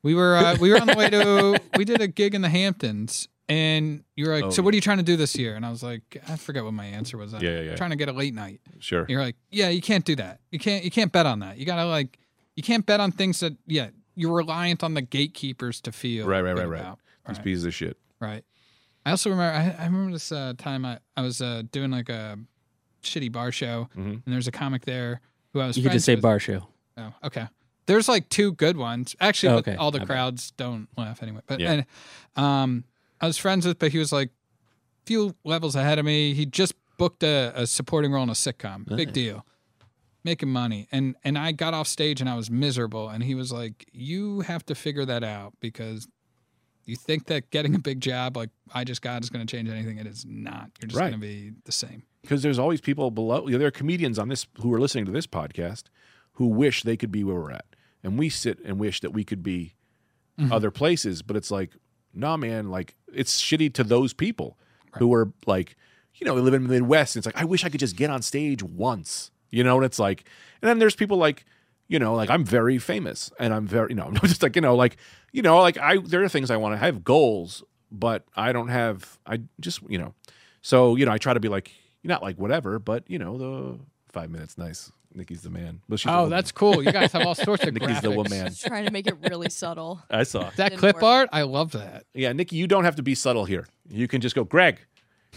we were uh, we were on the way to we did a gig in the Hamptons, and you were like, "So what are you trying to do this year?" And I was like, "I forget what my answer was. Oh, Yeah, yeah, yeah. Trying to get a late night." Sure. You're like, "Yeah, you can't do that. You can't you can't bet on that. You gotta like you can't bet on things that yeah you're reliant on the gatekeepers to feel Right, right, right, good right. about." These Right. pieces of shit. Right. I also remember. I, I remember this uh, time I, I was uh, doing like a shitty bar show, and there's a comic there who I was. Mm-hmm. You could friends just say with. bar show. Oh, okay. There's like two good ones. Actually, Oh, but Okay, all the my bad. crowds don't laugh anyway. But Yeah. and, um, I was friends with, but he was like a few levels ahead of me. He just booked a, a supporting role in a sitcom. Big deal. Making money. And and I got off stage and I was miserable. And he was like, You have to figure that out because you think that getting a big job like I just got is gonna change anything. It is not. You're just Right. gonna be the same. Because there's always people below. You know, there are comedians on this who are listening to this podcast who wish they could be where we're at, and we sit and wish that we could be other places. But it's like, nah, man. Like it's shitty to those people who are like, you know, we live in the Midwest. And it's like I wish I could just get on stage once. You know, and it's like, and then there's people like, you know, like I'm very famous and I'm very, you know, I'm just like, you know, like, you know, like I there are things I want to I have goals, but I don't have. I just, you know, so you know, I try to be like, not like whatever, but you know, the five minutes, nice. Nikki's the man. Well, she's the Oh, woman. that's cool. You guys have all sorts of Nikki's graphics. the woman. Just trying to make it really subtle. I saw. That Didn't clip work. art, I love that. Yeah, Nikki, you don't have to be subtle here. You can just go, Greg,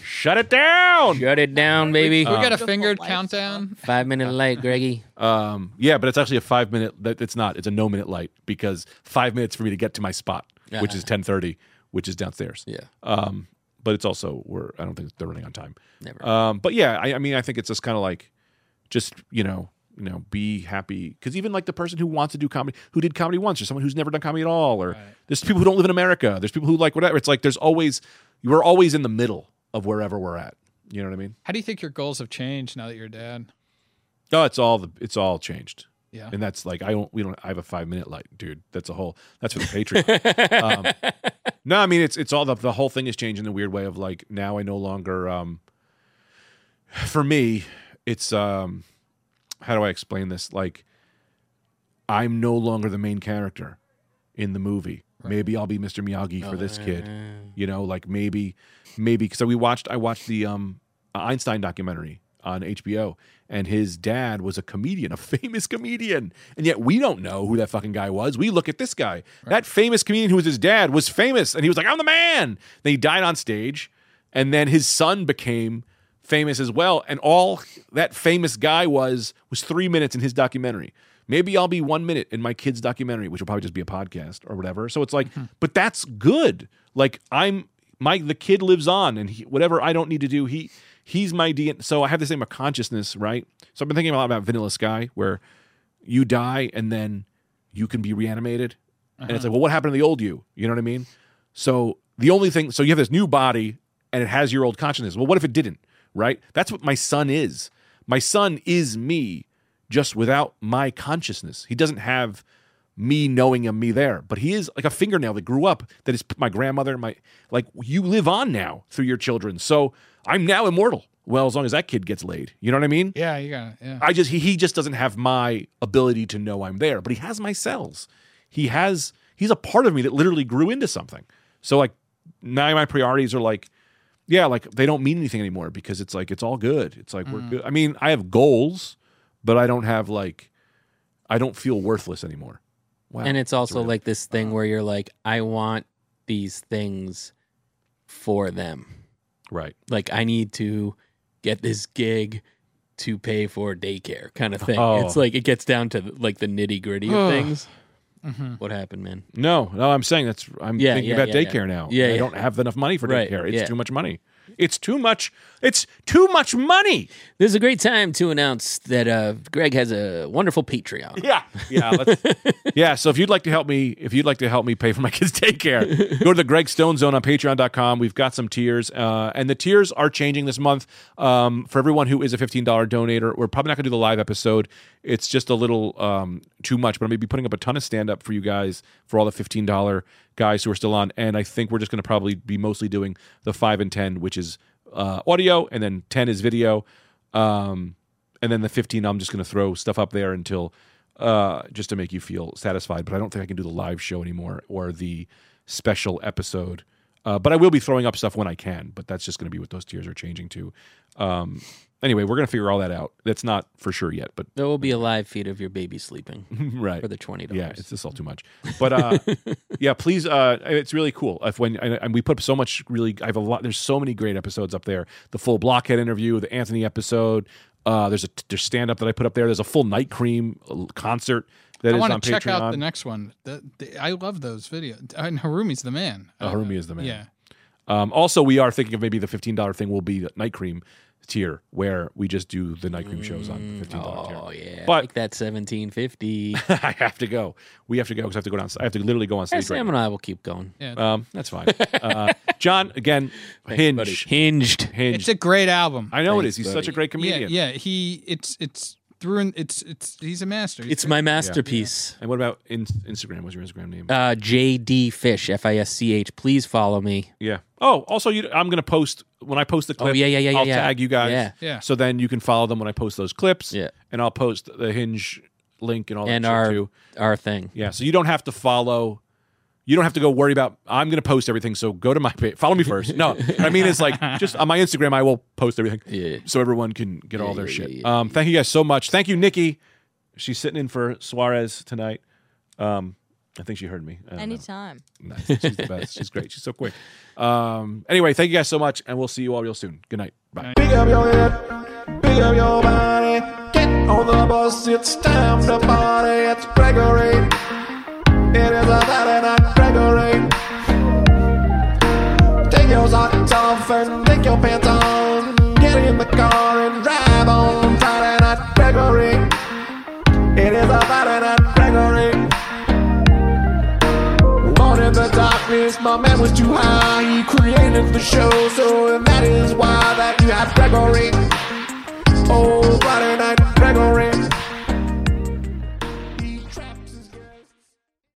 shut it down. Shut it down, baby. We got a Beautiful fingered lifestyle. countdown. Five minute light, Greggy. Um, yeah, but it's actually a five minute. that- It's not. It's a no minute light because five minutes for me to get to my spot, which is ten thirty, which is downstairs. Yeah. Um, but it's also we're. Uh, I don't think they're running on time. Never. Um, but yeah, I, I mean, I think it's just kind of like, just you know, you know be happy because even like the person who wants to do comedy who did comedy once or someone who's never done comedy at all or there's people who don't live in america there's people who like whatever it's like there's always we're always in the middle of wherever we're at you know what i mean How do you think your goals have changed now that you're dad? no Oh, it's all the it's all changed Yeah. and that's like i don't we don't i have a five minute light dude that's a whole that's for the patreon um, no i mean it's it's all the, the whole thing is changing the weird way of like now i no longer um for me it's um how do i explain this like i'm no longer the main character in the movie maybe i'll be mr miyagi for this kid you know like maybe maybe because we watched i watched the um einstein documentary on hbo and his dad was a comedian a famous comedian and yet we don't know who that fucking guy was we look at this guy that famous comedian who was his dad was famous and he was like i'm the man then he died on stage and then his son became famous as well and all that famous guy was was three minutes in his documentary maybe i'll be one minute in my kid's documentary which will probably just be a podcast or whatever so it's like but that's good like i'm my the kid lives on and he, whatever i don't need to do he he's my dn so i have this thing about consciousness right so i've been thinking a lot about vanilla sky where you die and then you can be reanimated. And it's like, well, what happened to the old you? You know what I mean? So the only thing, so you have this new body and it has your old consciousness. Well, what if it didn't? Right? That's what my son is. My son is me, just without my consciousness. He doesn't have me knowing him, me there, but he is like a fingernail that grew up that is my grandmother, my like you live on now through your children. So I'm now immortal. Well, as long as that kid gets laid, you know what I mean? Yeah, you got it. Yeah. I just he, he just doesn't have my ability to know I'm there, but he has my cells. He has he's a part of me that literally grew into something. So like now my priorities are like yeah, like they don't mean anything anymore because it's like it's all good. It's like Mm. we're good. I mean, I have goals, but I don't have like I don't feel worthless anymore. Wow. And it's also like this Uh. thing where you're like, I want these things for them. right. Like I need to get this gig to pay for daycare kind of thing. Oh. It's like it gets down to like the nitty gritty of things. Mm-hmm. What happened, man? No, no, I'm saying that's I'm Yeah, thinking yeah, about yeah, daycare now. Yeah, I yeah. don't have enough money for Right, daycare. It's yeah. too much money. It's too much. It's too much money. This is a great time to announce that uh, Greg has a wonderful Patreon. Yeah, yeah, let's, yeah. So if you'd like to help me, if you'd like to help me pay for my kids' daycare, go to the Greg Stone Zone on Patreon.com. We've got some tiers, uh, and the tiers are changing this month. Um, for everyone who is a fifteen dollar donator, we're probably not going to do the live episode. It's just a little um, too much, but I'm going to be putting up a ton of stand up for you guys for all the fifteen dollar guys who are still on, and I think we're just going to probably be mostly doing the five and ten, which is uh, audio, and then ten is video. Um, and then the 15 i'm just going to throw stuff up there until uh just to make you feel satisfied but i don't think i can do the live show anymore or the special episode uh, but i will be throwing up stuff when i can but that's just going to be what those tiers are changing to um anyway we're going to figure all that out that's not for sure yet but There will be a live feed of your baby sleeping right for the twenty dollars. yeah, it's just all too much. But uh, yeah, please, uh, it's really cool. If when and, and we put up so much, really, I have a lot. There's so many great episodes up there. The full blockhead interview, the Anthony episode. Uh, there's a there's stand up that I put up there. There's a full night cream uh, concert that I is want on to check Patreon. out the next one. The, the, I love those videos. And Harumi's the man. Uh, Harumi is the man. Yeah. Um, also, we are thinking of maybe the fifteen dollar thing will be the night cream tier where we just do the night cream shows on the fifteen dollar tier. Mm, Oh yeah, But- like that seventeen fifty. oh, I have to go. We have to go because I have to go down. I have to literally go on stage. right Sam and I will keep going. Um, that's fine. Uh, John, again, Hinge. Hinged. Hinge. It's a great album. I know it Thanks, is. He's buddy. such a great yeah, comedian. yeah. He it's it's through and it's it's he's a master. He's It's my masterpiece. And what about in- Instagram? What's your Instagram name? Uh, JD Fish, F I S C H. Please follow me. yeah. Oh, also, you, I'm going to post when I post the clip. Oh, yeah, yeah, yeah, I'll yeah, yeah. tag you guys. Yeah. Yeah. So then you can follow them when I post those clips. Yeah. And I'll post the Hinge link and all that and shit our too. our thing. Yeah. So you don't have to follow. You don't have to go worry about. I'm going to post everything. So go to my page. Follow me first. No, what I mean it's like just on my Instagram. I will post everything. Yeah. So everyone can get all their yeah, shit. yeah, um, thank you guys so much. Thank you, Nikki. She's sitting in for Suarez tonight. Um, I think she heard me. I don't know. Anytime. Nice. She's the best. She's great. She's so quick. Um, anyway, thank you guys so much, and we'll see you all real soon. Good night. Bye. Pick up your head, pick up your body. Get on the bus, it's time to party. It's Gregory. It is a Saturday night, Gregory. Take your socks off and take your pants on. Get in the car and drive on Friday night, Gregory. is a Saturday night Gregory. Born in the darkness, my man was too high. He created the show, so and that is why that you have Gregory. Oh,